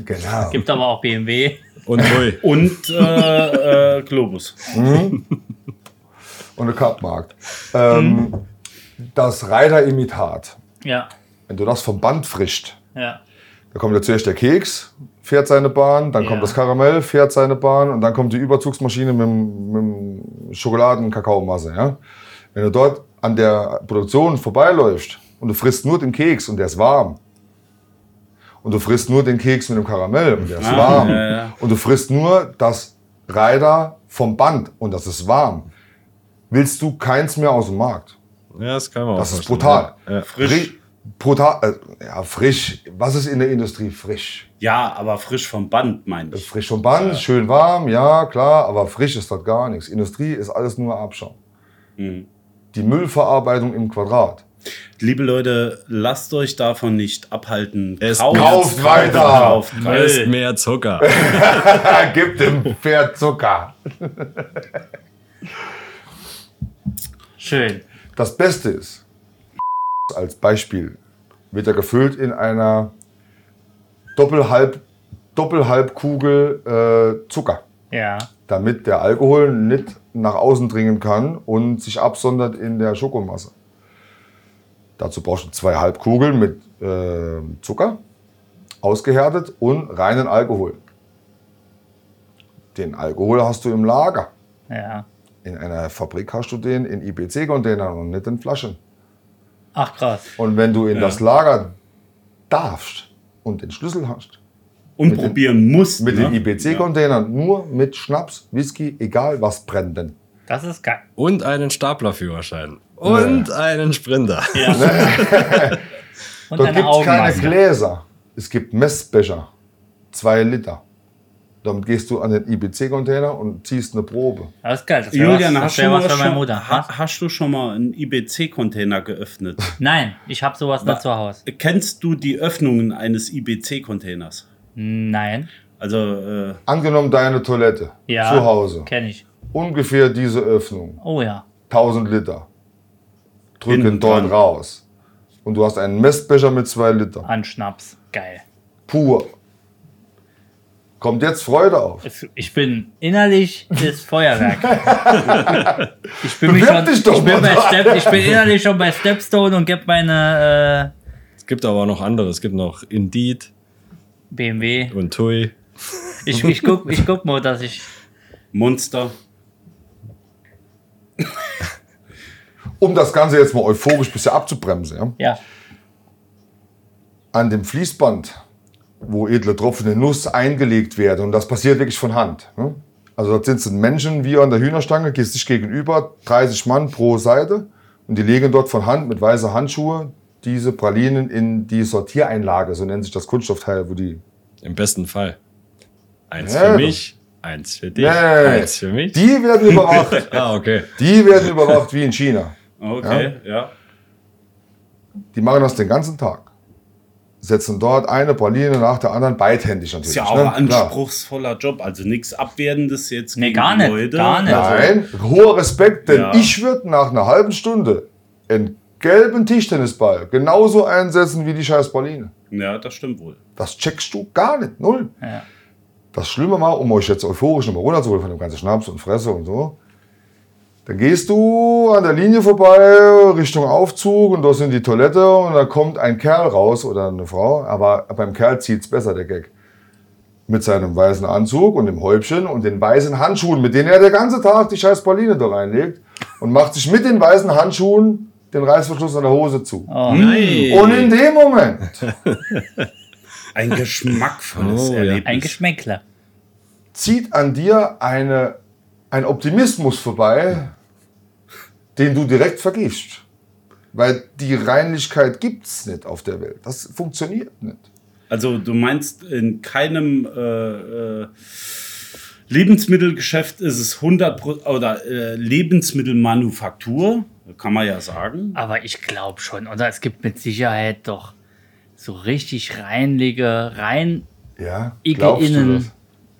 [SPEAKER 5] Genau.
[SPEAKER 6] Gibt aber auch BMW.
[SPEAKER 7] Und hui.
[SPEAKER 4] Und äh, äh, Globus.
[SPEAKER 5] Und der Cup-Markt. Ähm, Das Reiter-Imitat.
[SPEAKER 6] Ja,
[SPEAKER 5] Wenn du das vom Band frischt,
[SPEAKER 6] ja.
[SPEAKER 5] da kommt ja zuerst der Keks, fährt seine Bahn, dann
[SPEAKER 6] Ja.
[SPEAKER 5] kommt das Karamell, fährt seine Bahn und dann kommt die Überzugsmaschine mit, dem- mit dem Schokoladen-Kakaomasse. Ja? Wenn du dort an der Produktion vorbeiläufst und du frisst nur den Keks und der ist warm und du frisst nur den Keks mit dem Karamell und der ist
[SPEAKER 4] Ah,
[SPEAKER 5] warm
[SPEAKER 4] ja, ja.
[SPEAKER 5] und du frisst nur das Reiter vom Band und das ist warm, willst du keins mehr aus dem Markt.
[SPEAKER 7] Ja, das kann man auch
[SPEAKER 5] Das ist
[SPEAKER 7] vorstellen.
[SPEAKER 5] brutal.
[SPEAKER 7] Ja. Ja.
[SPEAKER 4] Frisch.
[SPEAKER 5] Ri- Brutal, äh, ja, frisch. Was ist in der Industrie frisch?
[SPEAKER 4] Ja, aber frisch vom Band, meine ich.
[SPEAKER 5] Frisch vom Band, schön warm, ja, klar, aber frisch ist das gar nichts. Industrie ist alles nur Abschaum. Die Müllverarbeitung im Quadrat.
[SPEAKER 4] Liebe Leute, lasst euch davon nicht abhalten.
[SPEAKER 7] Es
[SPEAKER 5] kauft weiter.
[SPEAKER 4] Kauft,
[SPEAKER 7] Da
[SPEAKER 4] kauft.
[SPEAKER 7] ist mehr Zucker.
[SPEAKER 5] Gib dem Pferd Zucker.
[SPEAKER 6] Schön.
[SPEAKER 5] Das Beste ist, als Beispiel, wird er gefüllt in einer Doppelhalb, Doppelhalbkugel äh, Zucker.
[SPEAKER 6] Ja.
[SPEAKER 5] damit der Alkohol nicht nach außen dringen kann und sich absondert in der Schokomasse. Dazu brauchst du zwei Halbkugeln mit äh, Zucker, ausgehärtet und reinen Alkohol. Den Alkohol hast du im Lager.
[SPEAKER 6] Ja.
[SPEAKER 5] In einer Fabrik hast du den in IBC-Containern und nicht in Flaschen.
[SPEAKER 6] Ach krass.
[SPEAKER 5] Und wenn du in das Lager darfst und den Schlüssel hast,
[SPEAKER 4] Und probieren musst.
[SPEAKER 5] mit den
[SPEAKER 4] ne?
[SPEAKER 5] IBC-Containern nur mit Schnaps, Whisky, egal was brennt denn.
[SPEAKER 6] Das ist geil.
[SPEAKER 7] Und einen Staplerführerschein. Und einen Sprinter.
[SPEAKER 6] Und
[SPEAKER 5] Dort
[SPEAKER 6] deine
[SPEAKER 5] gibt es keine
[SPEAKER 6] Augenmaske.
[SPEAKER 5] Gläser. Es gibt Messbecher. Zwei Liter. Damit gehst du an den IBC-Container und ziehst eine Probe.
[SPEAKER 6] Das ist geil. Das wär
[SPEAKER 4] Julian,
[SPEAKER 6] was,
[SPEAKER 4] hast
[SPEAKER 6] das
[SPEAKER 4] du,
[SPEAKER 6] wär was
[SPEAKER 4] mal
[SPEAKER 6] für meine
[SPEAKER 4] schon,
[SPEAKER 6] Mutter. Was?
[SPEAKER 4] ha, hast du schon mal einen IBC-Container geöffnet?
[SPEAKER 6] Nein, ich habe sowas nicht zu Hause.
[SPEAKER 4] Kennst du die Öffnungen eines IBC-Containers?
[SPEAKER 6] Nein.
[SPEAKER 4] Also, äh,
[SPEAKER 5] Angenommen deine Toilette
[SPEAKER 6] Ja.
[SPEAKER 5] zu Hause.
[SPEAKER 6] Kenne ich.
[SPEAKER 5] Ungefähr diese Öffnung.
[SPEAKER 6] Oh ja.
[SPEAKER 5] 1000 Liter. Drücken
[SPEAKER 4] Innen
[SPEAKER 5] dort
[SPEAKER 4] dran.
[SPEAKER 5] raus. Und du hast einen Messbecher mit zwei Liter.
[SPEAKER 6] An Schnaps. Geil.
[SPEAKER 5] Pur. Kommt jetzt Freude auf.
[SPEAKER 6] Es- Ich bin innerlich das Feuerwerk. ich bin mich
[SPEAKER 5] Bewerb
[SPEAKER 6] schon,
[SPEAKER 5] dich doch
[SPEAKER 6] ich, bin
[SPEAKER 5] mal
[SPEAKER 6] bei
[SPEAKER 5] dran.
[SPEAKER 6] Step, ich bin innerlich schon bei Stepstone und gebe meine
[SPEAKER 7] Es gibt aber auch noch andere. Es gibt noch Indeed
[SPEAKER 6] äh, BMW.
[SPEAKER 7] und Tui.
[SPEAKER 6] Ich, ich, guck, ich guck mal, dass ich.
[SPEAKER 4] Monster.
[SPEAKER 5] Um das Ganze jetzt mal euphorisch ein bisschen abzubremsen. Ja?
[SPEAKER 6] Ja.
[SPEAKER 5] an dem Fließband, wo edle Tropfen in Nuss eingelegt werden, und das passiert wirklich von Hand. Ne? Also dort sitzen Menschen wie an der Hühnerstange, gehst dich gegenüber, 30 Mann pro Seite, und die legen dort von Hand mit weißer Handschuhe diese Pralinen in die Sortiereinlage, so nennt sich das Kunststoffteil, wo die
[SPEAKER 7] Im besten Fall. Eins
[SPEAKER 5] Ja.
[SPEAKER 7] für mich, eins für dich,
[SPEAKER 5] Nee.
[SPEAKER 7] eins für mich.
[SPEAKER 5] Die werden überwacht.
[SPEAKER 7] Ah, okay.
[SPEAKER 5] Die werden überwacht wie in China.
[SPEAKER 4] Okay, ja.
[SPEAKER 5] Die machen das den ganzen Tag. Setzen dort eine Praline nach der anderen, beidhändig natürlich.
[SPEAKER 4] Ist ja auch
[SPEAKER 5] ne?
[SPEAKER 4] ein
[SPEAKER 5] Klar.
[SPEAKER 4] anspruchsvoller Job. Also nichts Abwertendes jetzt
[SPEAKER 6] Nee,
[SPEAKER 4] gegen
[SPEAKER 6] gar
[SPEAKER 4] die
[SPEAKER 6] nicht,
[SPEAKER 4] Leute.
[SPEAKER 6] gar nicht.
[SPEAKER 5] Nein, hoher Respekt, denn
[SPEAKER 4] Ja.
[SPEAKER 5] ich würde nach einer halben Stunde einen gelben Tischtennisball genauso einsetzen wie die scheiß Praline.
[SPEAKER 4] Ja, das stimmt wohl.
[SPEAKER 5] Das checkst du gar nicht, null.
[SPEAKER 6] Ja.
[SPEAKER 5] Das Schlimme war, um euch jetzt euphorisch nochmal runterzuholen von dem ganzen Schnaps und Fresse und so, dann gehst du an der Linie vorbei Richtung Aufzug und da sind die Toilette und da kommt ein Kerl raus oder eine Frau, aber beim Kerl zieht's besser, der Gag. Mit seinem weißen Anzug und dem Häubchen und den weißen Handschuhen, mit denen er den ganzen Tag die scheiß Pauline da reinlegt und macht sich mit den weißen Handschuhen den Reißverschluss an der Hose zu. Und in dem Moment
[SPEAKER 4] Ein geschmackvolles
[SPEAKER 7] Oh, ja.
[SPEAKER 4] Erlebnis.
[SPEAKER 6] Ein Geschmäckler.
[SPEAKER 5] zieht an dir eine, ein Optimismus vorbei, den du direkt vergibst. Weil die Reinlichkeit gibt's nicht auf der Welt. Das funktioniert nicht.
[SPEAKER 4] Also du meinst, in keinem äh, äh, Lebensmittelgeschäft ist es 100 oder äh, Lebensmittelmanufaktur, kann man ja sagen.
[SPEAKER 6] Aber ich glaube schon, oder es gibt mit Sicherheit doch so richtig reinlige, rein.
[SPEAKER 5] Ja,
[SPEAKER 6] Igel
[SPEAKER 5] glaubst du
[SPEAKER 6] innen.
[SPEAKER 5] das?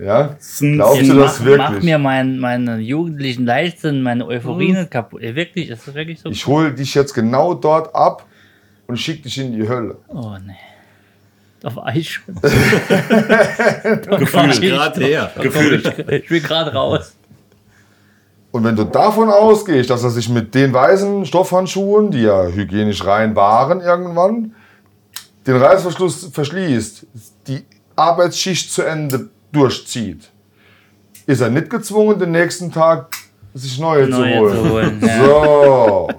[SPEAKER 5] Ja,
[SPEAKER 4] ein-
[SPEAKER 5] glaubst
[SPEAKER 4] Ich
[SPEAKER 5] du das
[SPEAKER 6] mach, mach
[SPEAKER 5] wirklich?
[SPEAKER 6] mir mein, meine jugendlichen Leichtsinn, meine Euphorie nicht kaputt. Äh, Wirklich, ist das wirklich so?
[SPEAKER 5] ich hole dich jetzt genau dort ab und schick dich in die Hölle.
[SPEAKER 6] oh nee. Da war ich schon.
[SPEAKER 7] Komm
[SPEAKER 4] Gefühlt.
[SPEAKER 7] gerade her.
[SPEAKER 4] Gefühlt.
[SPEAKER 6] Ich bin gerade raus.
[SPEAKER 5] Und wenn du davon ausgehst, dass er sich mit den weißen Stoffhandschuhen, die ja hygienisch rein waren irgendwann, den Reißverschluss verschließt, die Arbeitsschicht zu Ende durchzieht, ist er nicht gezwungen, den nächsten Tag sich neue, zu
[SPEAKER 6] Neue
[SPEAKER 5] holen.
[SPEAKER 6] zu holen, ja.
[SPEAKER 5] So.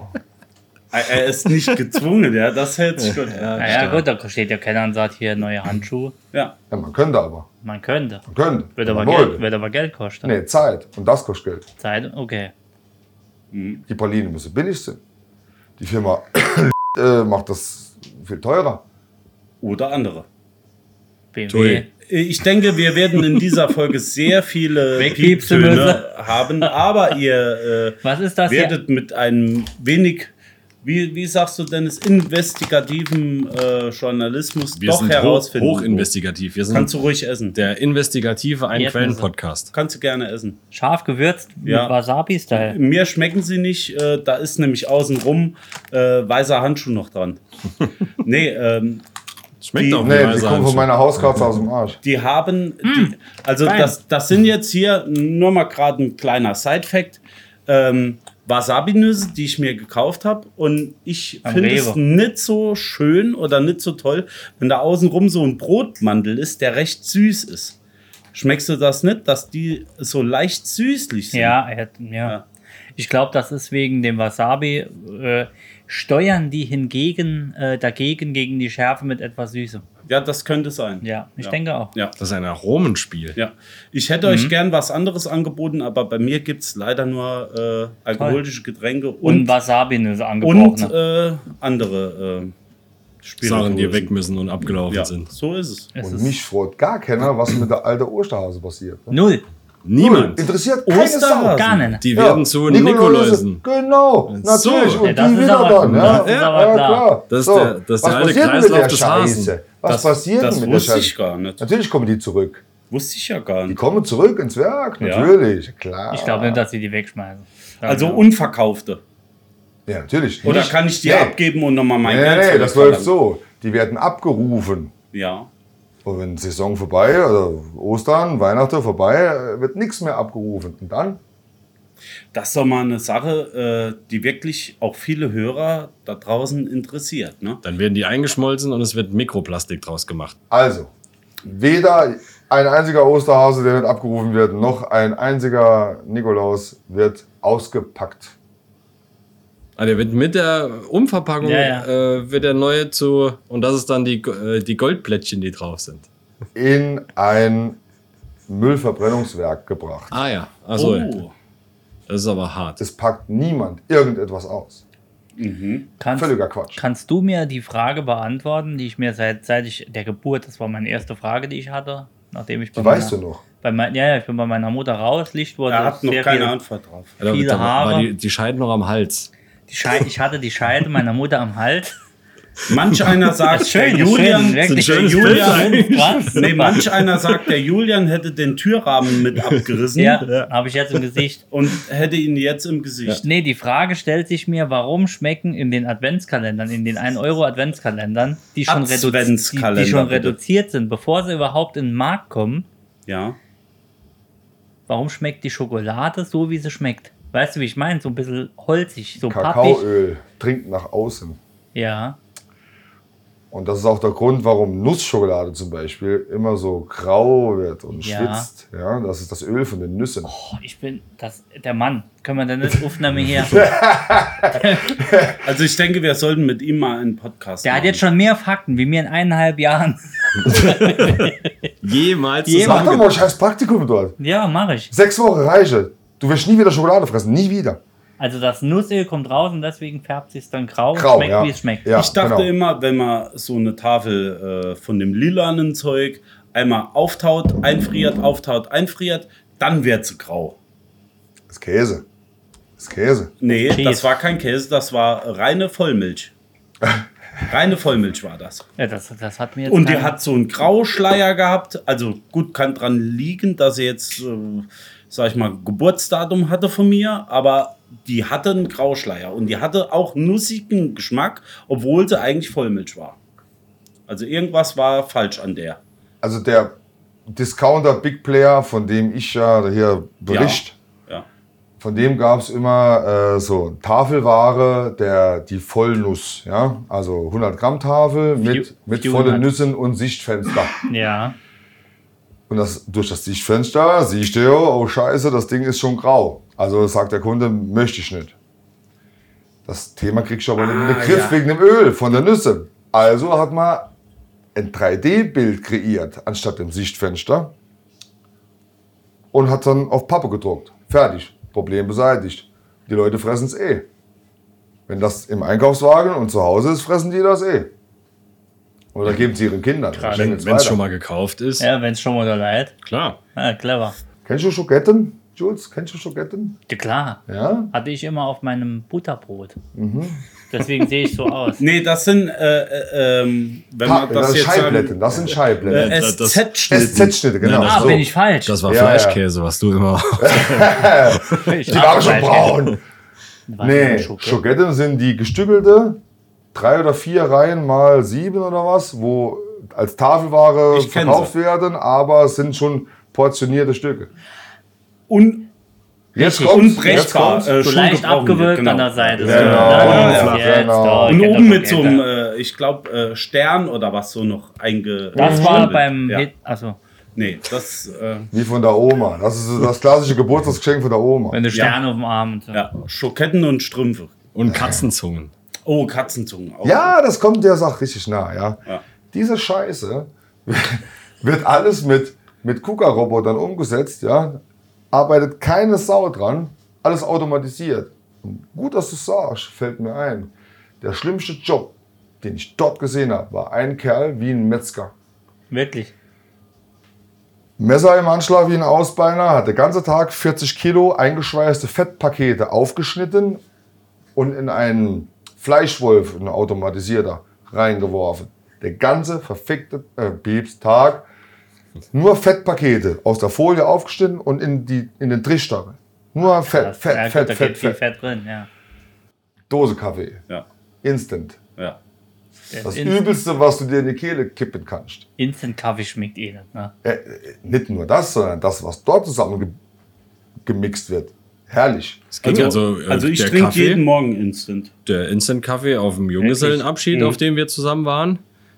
[SPEAKER 4] Er er ist nicht gezwungen, ja, das hält sich gut. Ja.
[SPEAKER 6] Naja, gut, da steht ja keiner und sagt hier neue Handschuhe.
[SPEAKER 5] Ja, man könnte aber.
[SPEAKER 6] Man könnte.
[SPEAKER 5] Man könnte.
[SPEAKER 6] Wird
[SPEAKER 5] man
[SPEAKER 6] aber,
[SPEAKER 5] wollte.
[SPEAKER 6] Geld, wird aber Geld kosten.
[SPEAKER 5] Nee, Zeit. Und das kostet Geld.
[SPEAKER 6] Zeit, okay.
[SPEAKER 5] Die Pralinen müssen billig sein. Die Firma äh, macht das viel teurer.
[SPEAKER 4] Oder andere. Äh,
[SPEAKER 6] BMW.
[SPEAKER 7] Tui.
[SPEAKER 4] Ich denke, wir werden in dieser Folge sehr viele
[SPEAKER 6] Wegpiepsen
[SPEAKER 4] Pieptöne haben, aber ihr äh,
[SPEAKER 6] Was ist das hier?
[SPEAKER 4] werdet mit einem wenig, wie, wie sagst du, Dennis, investigativen äh, Journalismus
[SPEAKER 7] Wir
[SPEAKER 4] doch
[SPEAKER 7] sind hoch,
[SPEAKER 4] herausfinden.
[SPEAKER 7] hochinvestigativ. Wir sind
[SPEAKER 4] Kannst du ruhig essen.
[SPEAKER 7] der investigative
[SPEAKER 6] Erdnüsse.
[SPEAKER 7] Ein-Quellen-Podcast.
[SPEAKER 4] Kannst du gerne essen.
[SPEAKER 6] Scharf gewürzt
[SPEAKER 4] Ja.
[SPEAKER 6] mit Wasabi-Style.
[SPEAKER 4] Mir schmecken sie nicht. Äh, da ist nämlich außenrum äh, weißer Handschuh noch dran. nee, ähm,
[SPEAKER 7] Schmeckt
[SPEAKER 4] Die-
[SPEAKER 7] auch
[SPEAKER 5] Nee,
[SPEAKER 7] wie
[SPEAKER 5] die
[SPEAKER 7] Weißer
[SPEAKER 5] kommen von
[SPEAKER 7] Handschuh.
[SPEAKER 5] meiner Hauskatze aus dem Arsch.
[SPEAKER 4] die haben,
[SPEAKER 6] Hm.
[SPEAKER 4] die, also
[SPEAKER 6] fein.
[SPEAKER 4] das, das sind jetzt hier nur mal gerade ein kleiner Side-Fact. Ähm, Wasabi-Nüsse, die ich mir gekauft habe. Und ich
[SPEAKER 6] Am
[SPEAKER 4] finde es
[SPEAKER 6] Rewe.
[SPEAKER 4] nicht so schön oder nicht so toll, wenn da außenrum so ein Brotmandel ist, der recht süß ist. Schmeckst du das nicht, dass die so leicht süßlich sind?
[SPEAKER 6] Ja, er hat- ja.
[SPEAKER 4] Ja.
[SPEAKER 6] Ich glaube, das ist wegen dem Wasabi. Äh, steuern die hingegen äh, dagegen gegen die Schärfe mit etwas Süßem.
[SPEAKER 4] ja das könnte sein.
[SPEAKER 6] Ja, ich
[SPEAKER 4] Ja.
[SPEAKER 6] denke Mhm. auch.
[SPEAKER 4] Ja.
[SPEAKER 7] Das ist ein Aromenspiel.
[SPEAKER 4] Ja, ich hätte euch gern was anderes angeboten, aber bei mir gibt es leider nur äh, alkoholische Getränke
[SPEAKER 6] Und,
[SPEAKER 4] und,
[SPEAKER 6] Wasabi-Nüsse
[SPEAKER 4] und,
[SPEAKER 6] angebrochen.
[SPEAKER 4] äh, andere äh,
[SPEAKER 7] Sachen, die weg
[SPEAKER 4] Spirituosen.
[SPEAKER 7] müssen und abgelaufen
[SPEAKER 4] ja,
[SPEAKER 7] sind.
[SPEAKER 4] So ist es.
[SPEAKER 6] es
[SPEAKER 5] Und
[SPEAKER 6] ist
[SPEAKER 5] mich freut gar keiner, was mit der alten Osterhase passiert. ne?
[SPEAKER 6] null.
[SPEAKER 7] Niemand.
[SPEAKER 5] Interessiert keine
[SPEAKER 4] Osterhase.
[SPEAKER 5] Sau.
[SPEAKER 6] Gar nicht.
[SPEAKER 7] Die
[SPEAKER 5] Ja,
[SPEAKER 7] werden zu Nikoläusen.
[SPEAKER 5] Genau,
[SPEAKER 7] So.
[SPEAKER 5] natürlich.
[SPEAKER 6] Ja,
[SPEAKER 5] Und
[SPEAKER 6] das
[SPEAKER 5] die
[SPEAKER 6] ist
[SPEAKER 5] wieder
[SPEAKER 6] aber-
[SPEAKER 5] dann.
[SPEAKER 6] das
[SPEAKER 5] Ja,
[SPEAKER 6] ist
[SPEAKER 5] ja,
[SPEAKER 6] aber
[SPEAKER 5] ja,
[SPEAKER 6] klar.
[SPEAKER 5] klar.
[SPEAKER 7] Das ist
[SPEAKER 5] So,
[SPEAKER 7] der- das ist der
[SPEAKER 5] was
[SPEAKER 7] alte
[SPEAKER 5] passiert denn
[SPEAKER 7] Kreislauf
[SPEAKER 5] mit
[SPEAKER 7] des
[SPEAKER 5] der
[SPEAKER 7] Hasen.
[SPEAKER 5] Scheiße? Was
[SPEAKER 7] Das-
[SPEAKER 5] passiert
[SPEAKER 4] Das
[SPEAKER 5] denn mit der
[SPEAKER 4] wusste ich
[SPEAKER 5] Scheiße?
[SPEAKER 4] gar nicht.
[SPEAKER 5] Natürlich kommen die zurück.
[SPEAKER 4] Wusste ich ja gar
[SPEAKER 5] Die
[SPEAKER 4] nicht.
[SPEAKER 5] kommen zurück ins Werk,
[SPEAKER 4] Ja.
[SPEAKER 5] natürlich, klar.
[SPEAKER 6] Ich glaube nicht, dass sie die wegschmeißen.
[SPEAKER 4] Also
[SPEAKER 6] Ja.
[SPEAKER 4] unverkaufte.
[SPEAKER 5] Ja, natürlich.
[SPEAKER 4] Oder
[SPEAKER 5] genau. nicht.
[SPEAKER 4] kann ich die
[SPEAKER 5] Nee.
[SPEAKER 4] abgeben und nochmal mein
[SPEAKER 5] Nee,
[SPEAKER 4] Geld
[SPEAKER 5] nee, das
[SPEAKER 4] zurückverlangen?
[SPEAKER 5] läuft so. Die werden abgerufen.
[SPEAKER 4] Ja.
[SPEAKER 5] Und wenn Saison vorbei, also Ostern, Weihnachten vorbei, wird nichts mehr abgerufen. Und dann?
[SPEAKER 4] Das ist doch mal eine Sache, äh, die wirklich auch viele Hörer da draußen interessiert. Ne?
[SPEAKER 7] Dann werden die eingeschmolzen und es wird Mikroplastik draus gemacht.
[SPEAKER 5] Also, weder ein einziger Osterhase, der nicht abgerufen wird, noch ein einziger Nikolaus wird ausgepackt.
[SPEAKER 7] Ah, der wird mit der Umverpackung
[SPEAKER 6] Ja, ja.
[SPEAKER 7] Äh, wird der neue zu und das ist dann die äh, die Goldplättchen, die drauf sind.
[SPEAKER 5] In ein Müllverbrennungswerk gebracht.
[SPEAKER 7] Ah ja, also
[SPEAKER 4] Oh,
[SPEAKER 7] das ist aber hart.
[SPEAKER 5] Es packt niemand irgendetwas aus.
[SPEAKER 6] Kannst,
[SPEAKER 5] Völliger Quatsch.
[SPEAKER 6] Kannst du mir die Frage beantworten, die ich mir seit, seit ich der Geburt, das war meine erste Frage, die ich hatte, nachdem ich bei
[SPEAKER 5] Die weißt du
[SPEAKER 6] meiner-
[SPEAKER 5] noch.
[SPEAKER 6] Bei mein, ja, ja, ich bin bei meiner Mutter raus, Licht wurde
[SPEAKER 4] Er hat noch
[SPEAKER 6] sehr
[SPEAKER 4] keine
[SPEAKER 6] viel-
[SPEAKER 4] Antwort drauf.
[SPEAKER 7] Alter,
[SPEAKER 6] Viele
[SPEAKER 7] da war- war
[SPEAKER 6] Haare.
[SPEAKER 7] Die, die scheiden noch am Hals.
[SPEAKER 6] Die Scheide, ich hatte die Scheide meiner Mutter am Hals.
[SPEAKER 4] Manch einer sagt,
[SPEAKER 6] Schön,
[SPEAKER 4] der Julian,
[SPEAKER 6] schön, wirklich.
[SPEAKER 4] der
[SPEAKER 7] schönes
[SPEAKER 4] Julian,
[SPEAKER 7] Bild
[SPEAKER 6] Was?
[SPEAKER 4] nee, manch einer sagt, der Julian hätte den Türrahmen mit abgerissen
[SPEAKER 6] Ja, habe ich jetzt im Gesicht.
[SPEAKER 4] und hätte ihn jetzt im Gesicht.
[SPEAKER 6] Nee, die Frage stellt sich mir, warum schmecken in den Adventskalendern, in den 1-Euro-Adventskalendern, die, schon redu- die,
[SPEAKER 4] Adventskalender,
[SPEAKER 6] die schon
[SPEAKER 4] bitte.
[SPEAKER 6] reduziert sind, bevor sie überhaupt in den Markt kommen,
[SPEAKER 4] Ja.
[SPEAKER 6] warum schmeckt die Schokolade so, wie sie schmeckt? Weißt du, wie ich meine? So ein bisschen holzig, so pappig.
[SPEAKER 5] Kakaoöl trinkt nach außen.
[SPEAKER 6] Ja,
[SPEAKER 5] Und das ist auch der Grund, warum Nussschokolade zum Beispiel immer so grau wird und
[SPEAKER 6] Ja. Oh,
[SPEAKER 5] schwitzt. Ja, das ist das Öl von den Nüssen.
[SPEAKER 6] Boah, ich bin das, der Mann. Können wir denn nicht aufnehmen hier?
[SPEAKER 4] Also ich denke, wir sollten mit ihm mal einen Podcast
[SPEAKER 6] Der hat
[SPEAKER 4] machen.
[SPEAKER 6] jetzt schon mehr Fakten wie mir in eineinhalb Jahren.
[SPEAKER 7] Jemals
[SPEAKER 5] Mach doch
[SPEAKER 7] zusammen.
[SPEAKER 5] mal ein scheiß Praktikum dort.
[SPEAKER 6] Ja, mache ich.
[SPEAKER 5] Sechs Wochen reiche. Du wirst nie wieder Schokolade fressen. Nie wieder.
[SPEAKER 6] Also das Nussöl kommt raus und deswegen färbt sich dann grau, und
[SPEAKER 5] Grau,
[SPEAKER 6] schmeckt,
[SPEAKER 5] ja.
[SPEAKER 6] wie es schmeckt.
[SPEAKER 5] Ja,
[SPEAKER 4] ich dachte
[SPEAKER 5] genau.
[SPEAKER 4] immer, wenn man so eine Tafel äh, von dem lilanen Zeug einmal auftaut, einfriert, auftaut, einfriert, dann wird sie grau.
[SPEAKER 5] Das ist Käse. Das ist Käse.
[SPEAKER 4] Nee,
[SPEAKER 6] Cheese.
[SPEAKER 4] das war kein Käse, das war reine Vollmilch. Reine Vollmilch war das.
[SPEAKER 6] Ja, das, das hat mir jetzt
[SPEAKER 4] Und die
[SPEAKER 6] keiner-
[SPEAKER 4] hat so einen Grauschleier gehabt. Also gut, kann dran liegen, dass sie jetzt, äh, sag ich mal, Geburtsdatum hatte von mir, aber die hatte einen Grauschleier und die hatte auch nussigen Geschmack, obwohl sie eigentlich Vollmilch war. Also irgendwas war falsch an der.
[SPEAKER 5] Also der Discounter Big Player, von dem ich ja hier bericht,
[SPEAKER 4] Ja.
[SPEAKER 5] von dem gab es immer äh, so Tafelware, der, die Vollnuss. Ja? Also 100 Gramm Tafel mit, mit
[SPEAKER 6] View-
[SPEAKER 5] vollen
[SPEAKER 6] 400.
[SPEAKER 5] Nüssen und Sichtfenster.
[SPEAKER 6] Ja,
[SPEAKER 5] Und das, durch das Sichtfenster siehst du, ja, oh scheiße, das Ding ist schon grau. Also sagt der Kunde, möchte ich nicht. Das Thema kriegst du aber nicht in den Griff wegen dem Öl von der Nüsse. Also hat man ein 3D-Bild kreiert, anstatt dem Sichtfenster. Und hat dann auf Pappe gedruckt. Fertig. Problem beseitigt. Die Leute fressen es eh. Wenn das im Einkaufswagen und zu Hause ist, fressen die das eh. Oder geben sie ihren Kindern.
[SPEAKER 7] Wenn es schon mal gekauft ist,
[SPEAKER 6] ja wenn es schon mal so leid.
[SPEAKER 7] klar.
[SPEAKER 6] Ja, clever.
[SPEAKER 5] Kennst du Schoketten, Jules? Kennst du Schoketten?
[SPEAKER 6] Ja, klar.
[SPEAKER 5] Ja?
[SPEAKER 6] Hatte ich immer auf meinem Butterbrot. Deswegen sehe ich so aus.
[SPEAKER 4] Nee, das sind, äh, äh, ähm, wenn
[SPEAKER 5] Pa
[SPEAKER 4] man das,
[SPEAKER 5] das sind
[SPEAKER 4] jetzt
[SPEAKER 5] Scheibblätter,
[SPEAKER 4] sagen,
[SPEAKER 5] das sind Scheibblätter.
[SPEAKER 4] äh,
[SPEAKER 7] Das- das-
[SPEAKER 4] SZ-Schnitten.
[SPEAKER 5] SZ-Schnitte, genau.
[SPEAKER 7] Nein,
[SPEAKER 6] Ah,
[SPEAKER 7] so.
[SPEAKER 6] bin ich falsch.
[SPEAKER 7] Das war
[SPEAKER 5] Ja, ja.
[SPEAKER 7] Fleischkäse, was du immer.
[SPEAKER 5] Die waren
[SPEAKER 6] Ah,
[SPEAKER 5] schon braun.
[SPEAKER 6] War
[SPEAKER 5] Nee,
[SPEAKER 6] Schokolade.
[SPEAKER 5] Schoketten sind die gestückelte, drei oder vier Reihen mal sieben oder was, wo als Tafelware
[SPEAKER 4] Ich kenn
[SPEAKER 5] verkauft
[SPEAKER 4] sie.
[SPEAKER 5] werden, aber es sind schon portionierte Stücke.
[SPEAKER 4] Un
[SPEAKER 5] Jetzt kommt's, jetzt
[SPEAKER 4] unbrechbar.
[SPEAKER 5] kommt's.
[SPEAKER 4] Äh,
[SPEAKER 6] So
[SPEAKER 4] Schuhe brauchen
[SPEAKER 6] leicht
[SPEAKER 4] wir,
[SPEAKER 6] abgewölbt
[SPEAKER 4] genau.
[SPEAKER 6] an der Seite.
[SPEAKER 5] Genau,
[SPEAKER 6] Ja,
[SPEAKER 5] genau.
[SPEAKER 6] jetzt, doch,
[SPEAKER 5] Und
[SPEAKER 4] Und
[SPEAKER 6] ich kenn
[SPEAKER 4] oben
[SPEAKER 6] das
[SPEAKER 4] mit so einem,
[SPEAKER 6] Schokolade.
[SPEAKER 4] äh, ich glaube, äh, Stern oder was so noch einge.
[SPEAKER 6] Das war beim.
[SPEAKER 4] Ja.
[SPEAKER 6] Hit- also, Achso,
[SPEAKER 4] Nee, das. Äh,
[SPEAKER 5] Wie von der Oma. Das ist so das klassische Geburtstagsgeschenk von der Oma.
[SPEAKER 6] wenn du Sterne auf dem Arm und so.
[SPEAKER 4] ja, Schoketten und Strümpfe.
[SPEAKER 7] Und Katzenzungen.
[SPEAKER 4] Oh, Katzenzungen. Auch.
[SPEAKER 5] Ja, das kommt der Sache richtig nah, ja.
[SPEAKER 4] Ja.
[SPEAKER 5] Diese Scheiße wird alles mit, mit KUKA-Robotern umgesetzt, ja. Arbeitet keine Sau dran, alles automatisiert. Und Gut, dass du sagst, fällt mir ein. Der schlimmste Job, den ich dort gesehen habe, war ein Kerl wie ein Metzger.
[SPEAKER 6] Wirklich.
[SPEAKER 5] Messer im Anschlag wie ein Ausbeiner, hat den ganzen Tag 40 Kilo eingeschweißte Fettpakete aufgeschnitten und in einen Fleischwolf, ein automatisierter, reingeworfen. Der ganze verfickte äh, Piepstag nur Fettpakete aus der Folie aufgeschnitten und in, die, in den Trichter. Nur Fett,
[SPEAKER 6] Das- ja,
[SPEAKER 5] Fett,
[SPEAKER 6] gut,
[SPEAKER 5] Fett,
[SPEAKER 6] da
[SPEAKER 5] Fett,
[SPEAKER 6] geht viel
[SPEAKER 5] Fett.
[SPEAKER 6] Fett drin, ja.
[SPEAKER 5] Dose Kaffee.
[SPEAKER 4] Ja,
[SPEAKER 5] Instant.
[SPEAKER 4] ja.
[SPEAKER 5] Das
[SPEAKER 6] In-
[SPEAKER 5] Übelste, was du dir in die Kehle kippen kannst.
[SPEAKER 6] Instant-Kaffee schmeckt eh nicht. Ne?
[SPEAKER 5] äh, äh, nicht nur das, sondern das, was dort zusammengemixt wird. Herrlich.
[SPEAKER 7] Es geht also, also, äh,
[SPEAKER 4] also ich
[SPEAKER 7] der
[SPEAKER 4] trinke
[SPEAKER 7] Kaffee,
[SPEAKER 4] jeden Morgen Instant.
[SPEAKER 7] der Instant-Kaffee auf dem Junggesellenabschied, auf dem wir zusammen waren,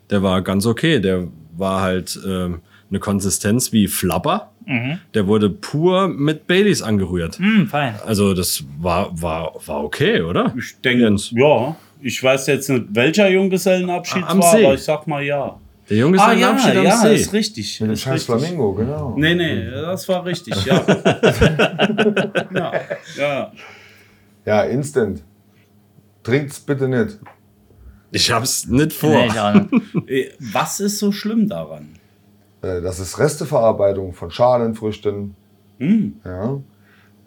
[SPEAKER 7] der war ganz okay. Der war halt ähm, eine Konsistenz wie Flapper.
[SPEAKER 4] Mhm.
[SPEAKER 7] Der wurde pur mit Baileys angerührt.
[SPEAKER 6] Hm, fein.
[SPEAKER 7] Also das war, war, war okay, oder?
[SPEAKER 4] Ich denke,
[SPEAKER 7] Jens.
[SPEAKER 4] ja. Ich weiß jetzt nicht, welcher Junggesellenabschied
[SPEAKER 7] Ah, am
[SPEAKER 4] war,
[SPEAKER 7] See.
[SPEAKER 4] aber ich sag mal ja.
[SPEAKER 7] Der
[SPEAKER 4] Ah, ja,
[SPEAKER 7] Junggesellenabschied am
[SPEAKER 4] ja,
[SPEAKER 7] See.
[SPEAKER 4] ist richtig.
[SPEAKER 5] Mit dem
[SPEAKER 4] ist
[SPEAKER 5] scheiß
[SPEAKER 4] richtig.
[SPEAKER 5] Flamingo, genau.
[SPEAKER 4] Nee, nee, das war richtig, ja. ja, ja.
[SPEAKER 5] Ja, instant. Trinkt's bitte nicht.
[SPEAKER 7] Ich hab's nicht vor.
[SPEAKER 6] Nee, ich auch nicht.
[SPEAKER 4] Äh, Was ist so schlimm daran?
[SPEAKER 5] Äh, Das ist Resteverarbeitung von Schalenfrüchten. Ja.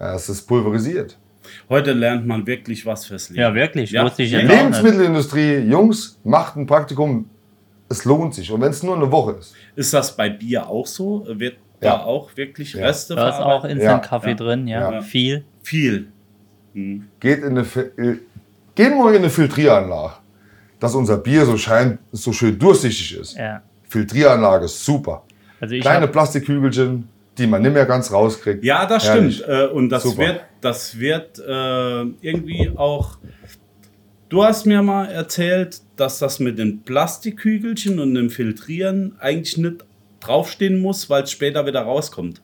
[SPEAKER 5] Äh, Es ist pulverisiert.
[SPEAKER 4] Heute lernt man wirklich was fürs Leben.
[SPEAKER 6] Ja, genau. wirklich, wusste ich
[SPEAKER 5] Die
[SPEAKER 6] jetzt auch nicht.
[SPEAKER 5] Lebensmittelindustrie, Jungs, macht ein Praktikum. Es lohnt sich. Und wenn es nur eine Woche ist.
[SPEAKER 4] Ist das bei Bier auch so? Wird
[SPEAKER 5] Ja.
[SPEAKER 4] da auch wirklich
[SPEAKER 5] Ja.
[SPEAKER 4] Reste
[SPEAKER 6] Da ist auch
[SPEAKER 4] verarbeitet?
[SPEAKER 6] Instant-Kaffee
[SPEAKER 4] Ja.
[SPEAKER 6] drin, ja.
[SPEAKER 5] Ja.
[SPEAKER 6] Viel.
[SPEAKER 4] Viel.
[SPEAKER 5] geht in eine, Fi- äh, gehen wir in eine Filtrieranlage, dass unser Bier so, schein, so schön durchsichtig ist.
[SPEAKER 6] Ja.
[SPEAKER 5] Filtrieranlage ist super.
[SPEAKER 6] Also ich
[SPEAKER 5] Kleine
[SPEAKER 6] hab-
[SPEAKER 5] Plastikhügelchen, die man nicht mehr ganz rauskriegt.
[SPEAKER 4] Ja, das
[SPEAKER 5] Herrlich.
[SPEAKER 4] stimmt. Äh, und das
[SPEAKER 5] Super.
[SPEAKER 4] wird, das wird äh, irgendwie auch. Du hast mir mal erzählt, dass das mit den Plastikkügelchen und dem Filtrieren eigentlich nicht draufstehen muss, weil es später wieder rauskommt.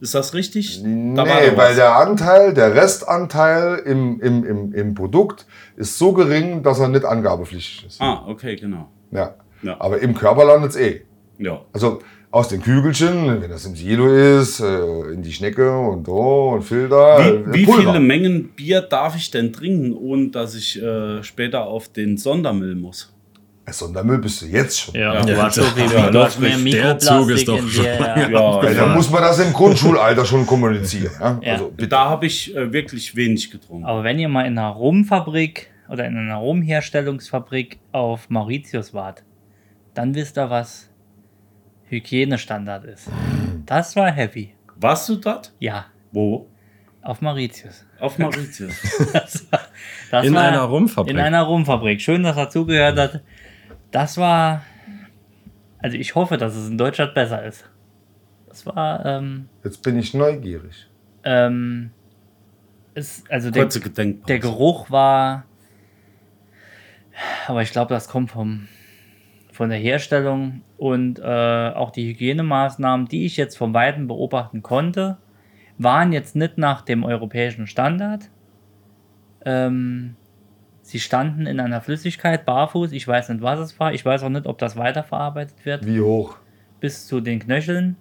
[SPEAKER 4] Ist das richtig?
[SPEAKER 5] Nee,
[SPEAKER 4] Da war doch
[SPEAKER 5] weil
[SPEAKER 4] was.
[SPEAKER 5] der Anteil, der Restanteil im, im, im, im Produkt ist so gering, dass er nicht angabepflichtig ist.
[SPEAKER 4] ah, okay, genau.
[SPEAKER 5] Ja.
[SPEAKER 4] Ja.
[SPEAKER 5] Aber im Körper landet es eh.
[SPEAKER 4] Ja.
[SPEAKER 5] Also aus den Kügelchen, wenn das im Silo ist, äh, in die Schnecke und so und Filter. äh,
[SPEAKER 4] Wie, wie
[SPEAKER 5] Pulver.
[SPEAKER 4] viele Mengen Bier darf ich denn trinken, ohne dass ich äh, später auf den Sondermüll muss?
[SPEAKER 5] Sondermüll bist du jetzt schon.
[SPEAKER 6] Ja,
[SPEAKER 7] Ja,
[SPEAKER 6] du hast so viel
[SPEAKER 7] ja,
[SPEAKER 6] Mikro-
[SPEAKER 7] doch,
[SPEAKER 6] mehr
[SPEAKER 7] der Zug
[SPEAKER 6] Mikroplastik
[SPEAKER 7] ist doch
[SPEAKER 6] in
[SPEAKER 7] schon-
[SPEAKER 6] dir. Ja.
[SPEAKER 4] Ja, also,
[SPEAKER 5] Ja,
[SPEAKER 4] ja.
[SPEAKER 5] dann muss man das im Grundschulalter schon kommunizieren. Ja?
[SPEAKER 6] Ja.
[SPEAKER 5] Also, bitte.
[SPEAKER 4] Da habe ich äh, wirklich wenig getrunken.
[SPEAKER 6] Aber wenn ihr mal in einer Rumfabrik oder in einer Rumherstellungsfabrik auf Mauritius wart, dann wisst ihr, was Hygienestandard ist. Das war heavy.
[SPEAKER 4] Warst du dort?
[SPEAKER 6] Ja,
[SPEAKER 4] Wo?
[SPEAKER 6] auf Mauritius.
[SPEAKER 4] Auf Mauritius.
[SPEAKER 6] Das war, das
[SPEAKER 7] In
[SPEAKER 6] war-
[SPEAKER 7] einer Rumfabrik.
[SPEAKER 6] In einer Rumfabrik. Schön, dass er zugehört hat. Das war. Also ich hoffe, dass es in Deutschland besser ist. Das war. Ähm,
[SPEAKER 5] Jetzt bin ich neugierig.
[SPEAKER 6] ähm, ist, also der,
[SPEAKER 4] Kurze Gedenkpause.
[SPEAKER 6] der Geruch war. Aber ich glaube, das kommt vom, von der Herstellung und äh, auch die Hygienemaßnahmen, die ich jetzt von Weitem beobachten konnte, waren jetzt nicht nach dem europäischen Standard. Ähm, sie standen in einer Flüssigkeit barfuß. Ich weiß nicht, was es war. Ich weiß auch nicht, ob das weiterverarbeitet wird
[SPEAKER 5] Wie hoch?
[SPEAKER 6] bis zu den Knöcheln.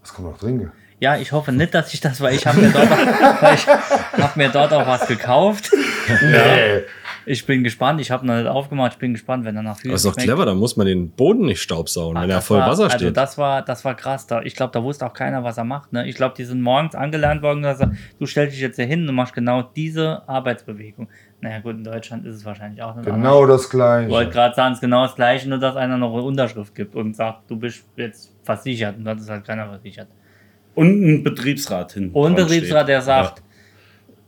[SPEAKER 5] Was kann man noch trinken?
[SPEAKER 6] Ja, ich hoffe nicht, dass ich das, weil ich habe mir, dort auch- weil ich hab mir dort auch was gekauft.
[SPEAKER 5] Nee.
[SPEAKER 6] Ich bin gespannt, ich habe noch nicht aufgemacht, ich bin gespannt, wenn danach viel
[SPEAKER 7] Aber ist doch clever, da muss man den Boden nicht staubsaugen, wenn er voll Wasser
[SPEAKER 6] also
[SPEAKER 7] steht.
[SPEAKER 6] Das war, das war krass. Da, ich glaube, da wusste auch keiner, was er macht. Ne? Ich glaube, die sind morgens angelernt worden, dass er, du stellst dich jetzt hier hin und machst genau diese Arbeitsbewegung. Naja, gut, in Deutschland ist es wahrscheinlich auch nicht anders.
[SPEAKER 5] Genau das
[SPEAKER 6] Ich wollte
[SPEAKER 5] gleiche.
[SPEAKER 6] gerade sagen, es ist genau das Gleiche, nur dass einer noch eine Unterschrift gibt und sagt, du bist jetzt versichert. Und dann ist halt keiner versichert.
[SPEAKER 4] Und ein Betriebsrat hinten.
[SPEAKER 6] Und
[SPEAKER 4] dran
[SPEAKER 6] Betriebsrat,
[SPEAKER 4] steht.
[SPEAKER 6] der sagt,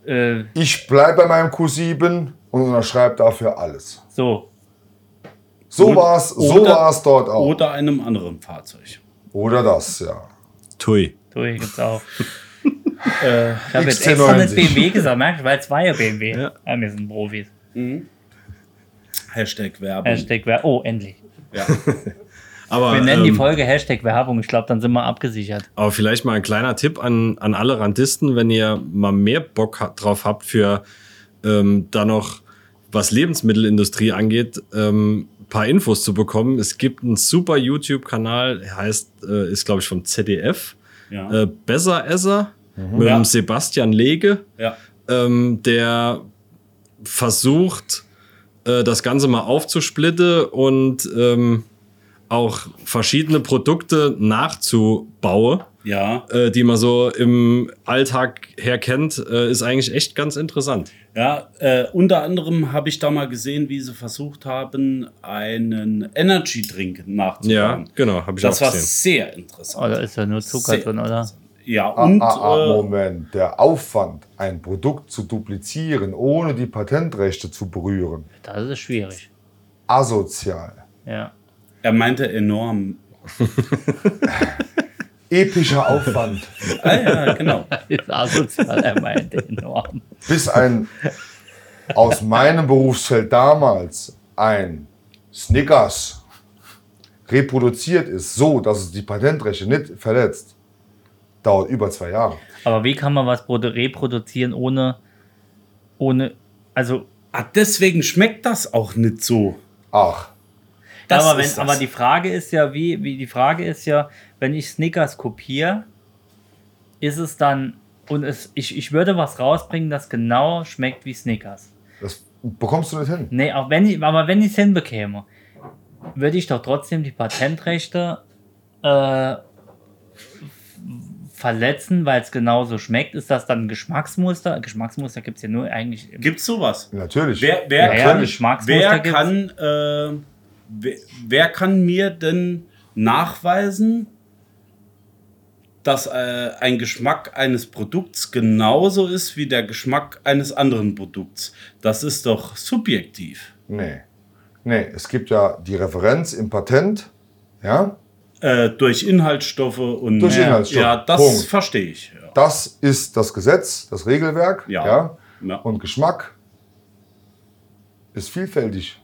[SPEAKER 6] äh,
[SPEAKER 5] Ich bleibe bei meinem Q7 und unterschreibe dafür alles.
[SPEAKER 6] so,
[SPEAKER 5] So
[SPEAKER 4] Und-
[SPEAKER 5] war es so
[SPEAKER 4] oder-
[SPEAKER 5] war's dort
[SPEAKER 4] Ja.
[SPEAKER 5] auch. Oder,
[SPEAKER 4] Oder einem anderen Fahrzeug.
[SPEAKER 5] das, ja.
[SPEAKER 7] Tui.
[SPEAKER 6] so, hier gibt's auch. äh, ich habe jetzt
[SPEAKER 5] XC90.
[SPEAKER 6] extra nicht BMW gesagt, merkst du, weil es war ja BMW. Ja. wir sind Profis.
[SPEAKER 4] Hashtag Werbung.
[SPEAKER 6] Hashtag Werbung. Oh, endlich.
[SPEAKER 4] Ja.
[SPEAKER 7] Aber,
[SPEAKER 6] Wir nennen die
[SPEAKER 7] ähm,
[SPEAKER 6] Folge Hashtag Werbung. Ich glaube, dann sind wir abgesichert.
[SPEAKER 7] aber vielleicht mal ein kleiner Tipp an, an alle Randisten, wenn ihr mal mehr Bock ha drauf habt für ähm, da noch, was Lebensmittelindustrie angeht, ähm, paar Infos zu bekommen. Es gibt einen super YouTube-Kanal, heißt, äh, ist glaube ich vom ZDF,
[SPEAKER 4] Ja.
[SPEAKER 7] äh, Besseresser mit
[SPEAKER 4] Ja.
[SPEAKER 7] dem Sebastian Lege.
[SPEAKER 4] ja.
[SPEAKER 7] ähm, der versucht, äh, das Ganze mal aufzusplitten und ähm, auch verschiedene Produkte nachzubauen,
[SPEAKER 4] Ja.
[SPEAKER 7] äh, die man so im Alltag herkennt, äh, ist eigentlich echt ganz interessant.
[SPEAKER 4] Ja, äh, unter anderem habe ich da mal gesehen, wie sie versucht haben, einen Energy-Drink nachzubauen.
[SPEAKER 7] Ja, genau, habe ich
[SPEAKER 4] Das
[SPEAKER 7] auch
[SPEAKER 4] war
[SPEAKER 7] gesehen.
[SPEAKER 4] sehr interessant.
[SPEAKER 6] Oder ist Oh, da nur Zucker
[SPEAKER 4] Sehr
[SPEAKER 6] drin, oder?
[SPEAKER 4] interessant. Ja,
[SPEAKER 5] Ah,
[SPEAKER 4] und
[SPEAKER 5] ah, ah,
[SPEAKER 4] äh,
[SPEAKER 5] Moment. Der Aufwand, ein Produkt zu duplizieren, ohne die Patentrechte zu berühren,
[SPEAKER 6] Das ist schwierig.
[SPEAKER 5] asozial.
[SPEAKER 6] Ja.
[SPEAKER 4] er meinte enorm.
[SPEAKER 5] Epischer Aufwand,
[SPEAKER 4] Ah, ja, genau.
[SPEAKER 6] Ist asozial, er meinte enorm.
[SPEAKER 5] bis ein aus meinem Berufsfeld damals ein Snickers reproduziert ist, so dass es die Patentrechte nicht verletzt, dauert über zwei Jahre.
[SPEAKER 6] Aber wie kann man was produ- reproduzieren ohne, ohne, also,
[SPEAKER 4] Ah, deswegen schmeckt das auch nicht so.
[SPEAKER 5] Ach,
[SPEAKER 4] Das
[SPEAKER 6] aber, wenn,
[SPEAKER 4] ist das.
[SPEAKER 6] aber die Frage ist ja, wie, wie, die Frage ist ja, wenn ich Snickers kopiere, ist es dann, und es, ich, ich würde was rausbringen, das genau schmeckt wie Snickers.
[SPEAKER 5] das Bekommst du das hin?
[SPEAKER 6] Nee, auch wenn ich, aber wenn ich es hinbekäme, würde ich doch trotzdem die Patentrechte äh, verletzen, weil es genauso schmeckt. Ist das dann ein Geschmacksmuster? Geschmacksmuster gibt es ja nur eigentlich im
[SPEAKER 4] Gibt's sowas?
[SPEAKER 5] Natürlich.
[SPEAKER 4] Wer, wer,
[SPEAKER 6] Ja, ja,
[SPEAKER 4] kann,
[SPEAKER 6] Geschmacksmuster
[SPEAKER 4] wer,
[SPEAKER 6] gibt's.
[SPEAKER 4] kann, äh, wer, wer kann mir denn nachweisen, dass äh, ein Geschmack eines Produkts genauso ist wie der Geschmack eines anderen Produkts? Das ist doch subjektiv.
[SPEAKER 5] Nee. Nee, es gibt ja die Referenz im Patent, ja,
[SPEAKER 4] Äh, durch Inhaltsstoffe und
[SPEAKER 5] Durch Inhaltsstoffe.
[SPEAKER 4] ja, das
[SPEAKER 5] Punkt.
[SPEAKER 4] verstehe ich. Ja.
[SPEAKER 5] das ist das Gesetz, das Regelwerk,
[SPEAKER 4] Ja.
[SPEAKER 5] ja.
[SPEAKER 4] Ja.
[SPEAKER 5] Und Geschmack ist vielfältig.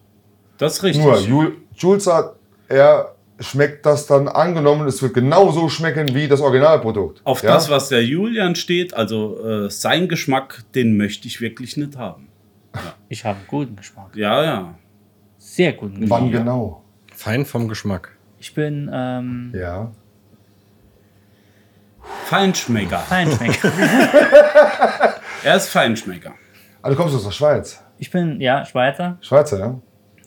[SPEAKER 4] Das ist richtig.
[SPEAKER 5] Nur, Jul- Jules sagt, er schmeckt das dann angenommen, es wird genauso schmecken wie das Originalprodukt.
[SPEAKER 4] Auf
[SPEAKER 5] ja?
[SPEAKER 4] das, was der Julian steht, also äh, sein Geschmack, den möchte ich wirklich nicht haben.
[SPEAKER 6] Ich habe einen guten Geschmack.
[SPEAKER 4] Ja, ja.
[SPEAKER 6] Sehr guten Geschmack.
[SPEAKER 5] Wann genau?
[SPEAKER 7] Fein vom Geschmack.
[SPEAKER 6] Ich bin ähm,
[SPEAKER 5] Ja.
[SPEAKER 4] Feinschmecker.
[SPEAKER 6] Feinschmecker.
[SPEAKER 4] Er ist Feinschmecker.
[SPEAKER 5] Also kommst du aus der Schweiz?
[SPEAKER 6] ich bin, ja, Schweizer.
[SPEAKER 5] Schweizer, ja?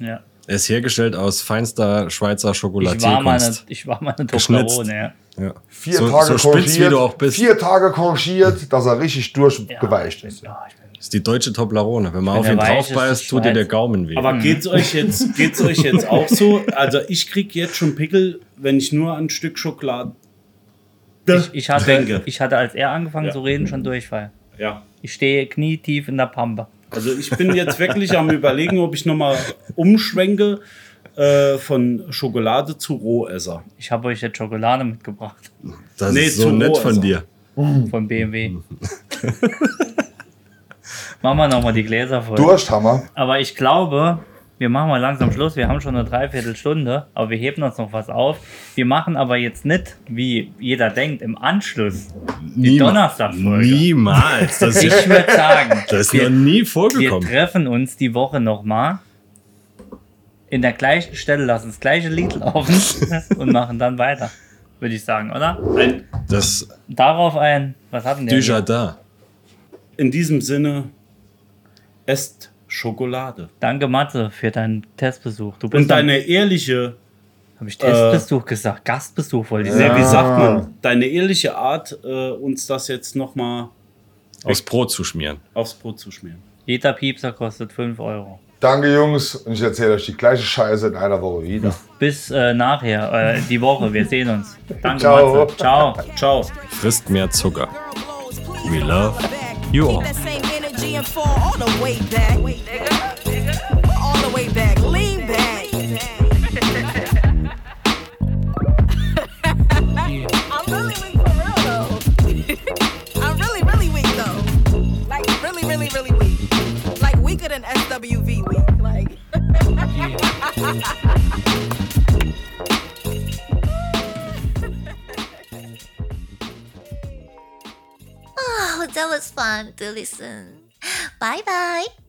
[SPEAKER 6] Ja.
[SPEAKER 7] Er ist hergestellt aus feinster Schweizer
[SPEAKER 6] Ich war, mal eine,
[SPEAKER 7] Schokolatierkunst.
[SPEAKER 6] ich war mal eine
[SPEAKER 7] Geschnitzt.
[SPEAKER 6] Toblerone, ja.
[SPEAKER 7] Ja.
[SPEAKER 5] Vier
[SPEAKER 7] so,
[SPEAKER 5] Tage
[SPEAKER 7] so spitz, wie
[SPEAKER 5] korrigiert.
[SPEAKER 7] du auch bist,
[SPEAKER 5] Vier Tage korrigiert, dass er richtig durchgeweicht
[SPEAKER 6] Ja, ich
[SPEAKER 5] ist.
[SPEAKER 6] bin, oh, ich bin
[SPEAKER 7] ist die deutsche Toblerone. Wenn man
[SPEAKER 6] Wenn
[SPEAKER 7] auf
[SPEAKER 6] er
[SPEAKER 7] ihn
[SPEAKER 6] weich ist,
[SPEAKER 7] drauf
[SPEAKER 6] ist
[SPEAKER 7] beißt, tut dir
[SPEAKER 6] Schweiz.
[SPEAKER 7] der Gaumen weh.
[SPEAKER 5] Mhm.
[SPEAKER 4] Aber geht's euch jetzt, geht's euch jetzt auch so? Also ich krieg jetzt schon Pickel, wenn ich nur an ein Stück Schokolade
[SPEAKER 6] Ich, ich, hatte,
[SPEAKER 4] denke.
[SPEAKER 6] ich hatte, als er angefangen
[SPEAKER 4] Ja.
[SPEAKER 6] zu reden, schon Durchfall.
[SPEAKER 4] Ja.
[SPEAKER 6] Ich stehe knietief in der Pampe.
[SPEAKER 4] Also ich bin jetzt wirklich am überlegen, ob ich nochmal umschwenke äh, von Schokolade zu Rohesser.
[SPEAKER 6] Ich habe euch jetzt Schokolade mitgebracht
[SPEAKER 7] das
[SPEAKER 4] nee,
[SPEAKER 7] ist so
[SPEAKER 4] zu
[SPEAKER 7] nett
[SPEAKER 4] roh ist
[SPEAKER 7] von
[SPEAKER 4] er.
[SPEAKER 7] dir.
[SPEAKER 6] von BMW. machen wir nochmal die Gläser voll.
[SPEAKER 5] Dursthammer.
[SPEAKER 6] Aber ich glaube, wir machen mal langsam Schluss. Wir haben schon eine Dreiviertelstunde, aber wir heben uns noch was auf. Wir machen aber jetzt nicht, wie jeder denkt, im Anschluss die
[SPEAKER 7] Niema-
[SPEAKER 6] Donnerstagfolge.
[SPEAKER 7] Niemals. Das ist,
[SPEAKER 6] Ich würde sagen,
[SPEAKER 7] das ist
[SPEAKER 6] wir,
[SPEAKER 7] noch nie
[SPEAKER 6] wir
[SPEAKER 7] vorgekommen.
[SPEAKER 6] treffen uns die Woche nochmal. In der gleichen Stelle lassen das gleiche Lied laufen und machen dann weiter. Würde ich sagen, oder?
[SPEAKER 7] Das
[SPEAKER 6] Darauf ein, was hatten wir?
[SPEAKER 7] Dujardin.
[SPEAKER 4] In diesem Sinne, esst Schokolade.
[SPEAKER 6] Danke, Matze, für deinen Testbesuch. Du bist
[SPEAKER 4] Und deine äh, ehrliche,
[SPEAKER 6] Habe ich Testbesuch gesagt? Gastbesuch wollte ich
[SPEAKER 4] nee,
[SPEAKER 6] sagen.
[SPEAKER 4] wie sagt man, deine ehrliche Art, äh, uns das jetzt nochmal
[SPEAKER 7] Aufs Brot zu schmieren.
[SPEAKER 4] aufs Brot zu schmieren.
[SPEAKER 6] Jeder Piepser kostet 5 Euro.
[SPEAKER 5] Danke, Jungs. Und ich erzähle euch die gleiche Scheiße in einer Woche wieder.
[SPEAKER 6] Bis äh, nachher, äh, die Woche. Wir sehen uns. Danke,
[SPEAKER 5] Ciao.
[SPEAKER 6] Matze. Ciao.
[SPEAKER 4] Ciao.
[SPEAKER 7] Frisst mehr Zucker. We love you all.
[SPEAKER 3] Keep that same energy and fall all the way back. All the way back. Lean back. I'm really weak for real though. I'm really, really weak though. Like really, really, really weak. Like weaker than SWV weak. Like.
[SPEAKER 1] Oh, that was fun to listen. Bye bye.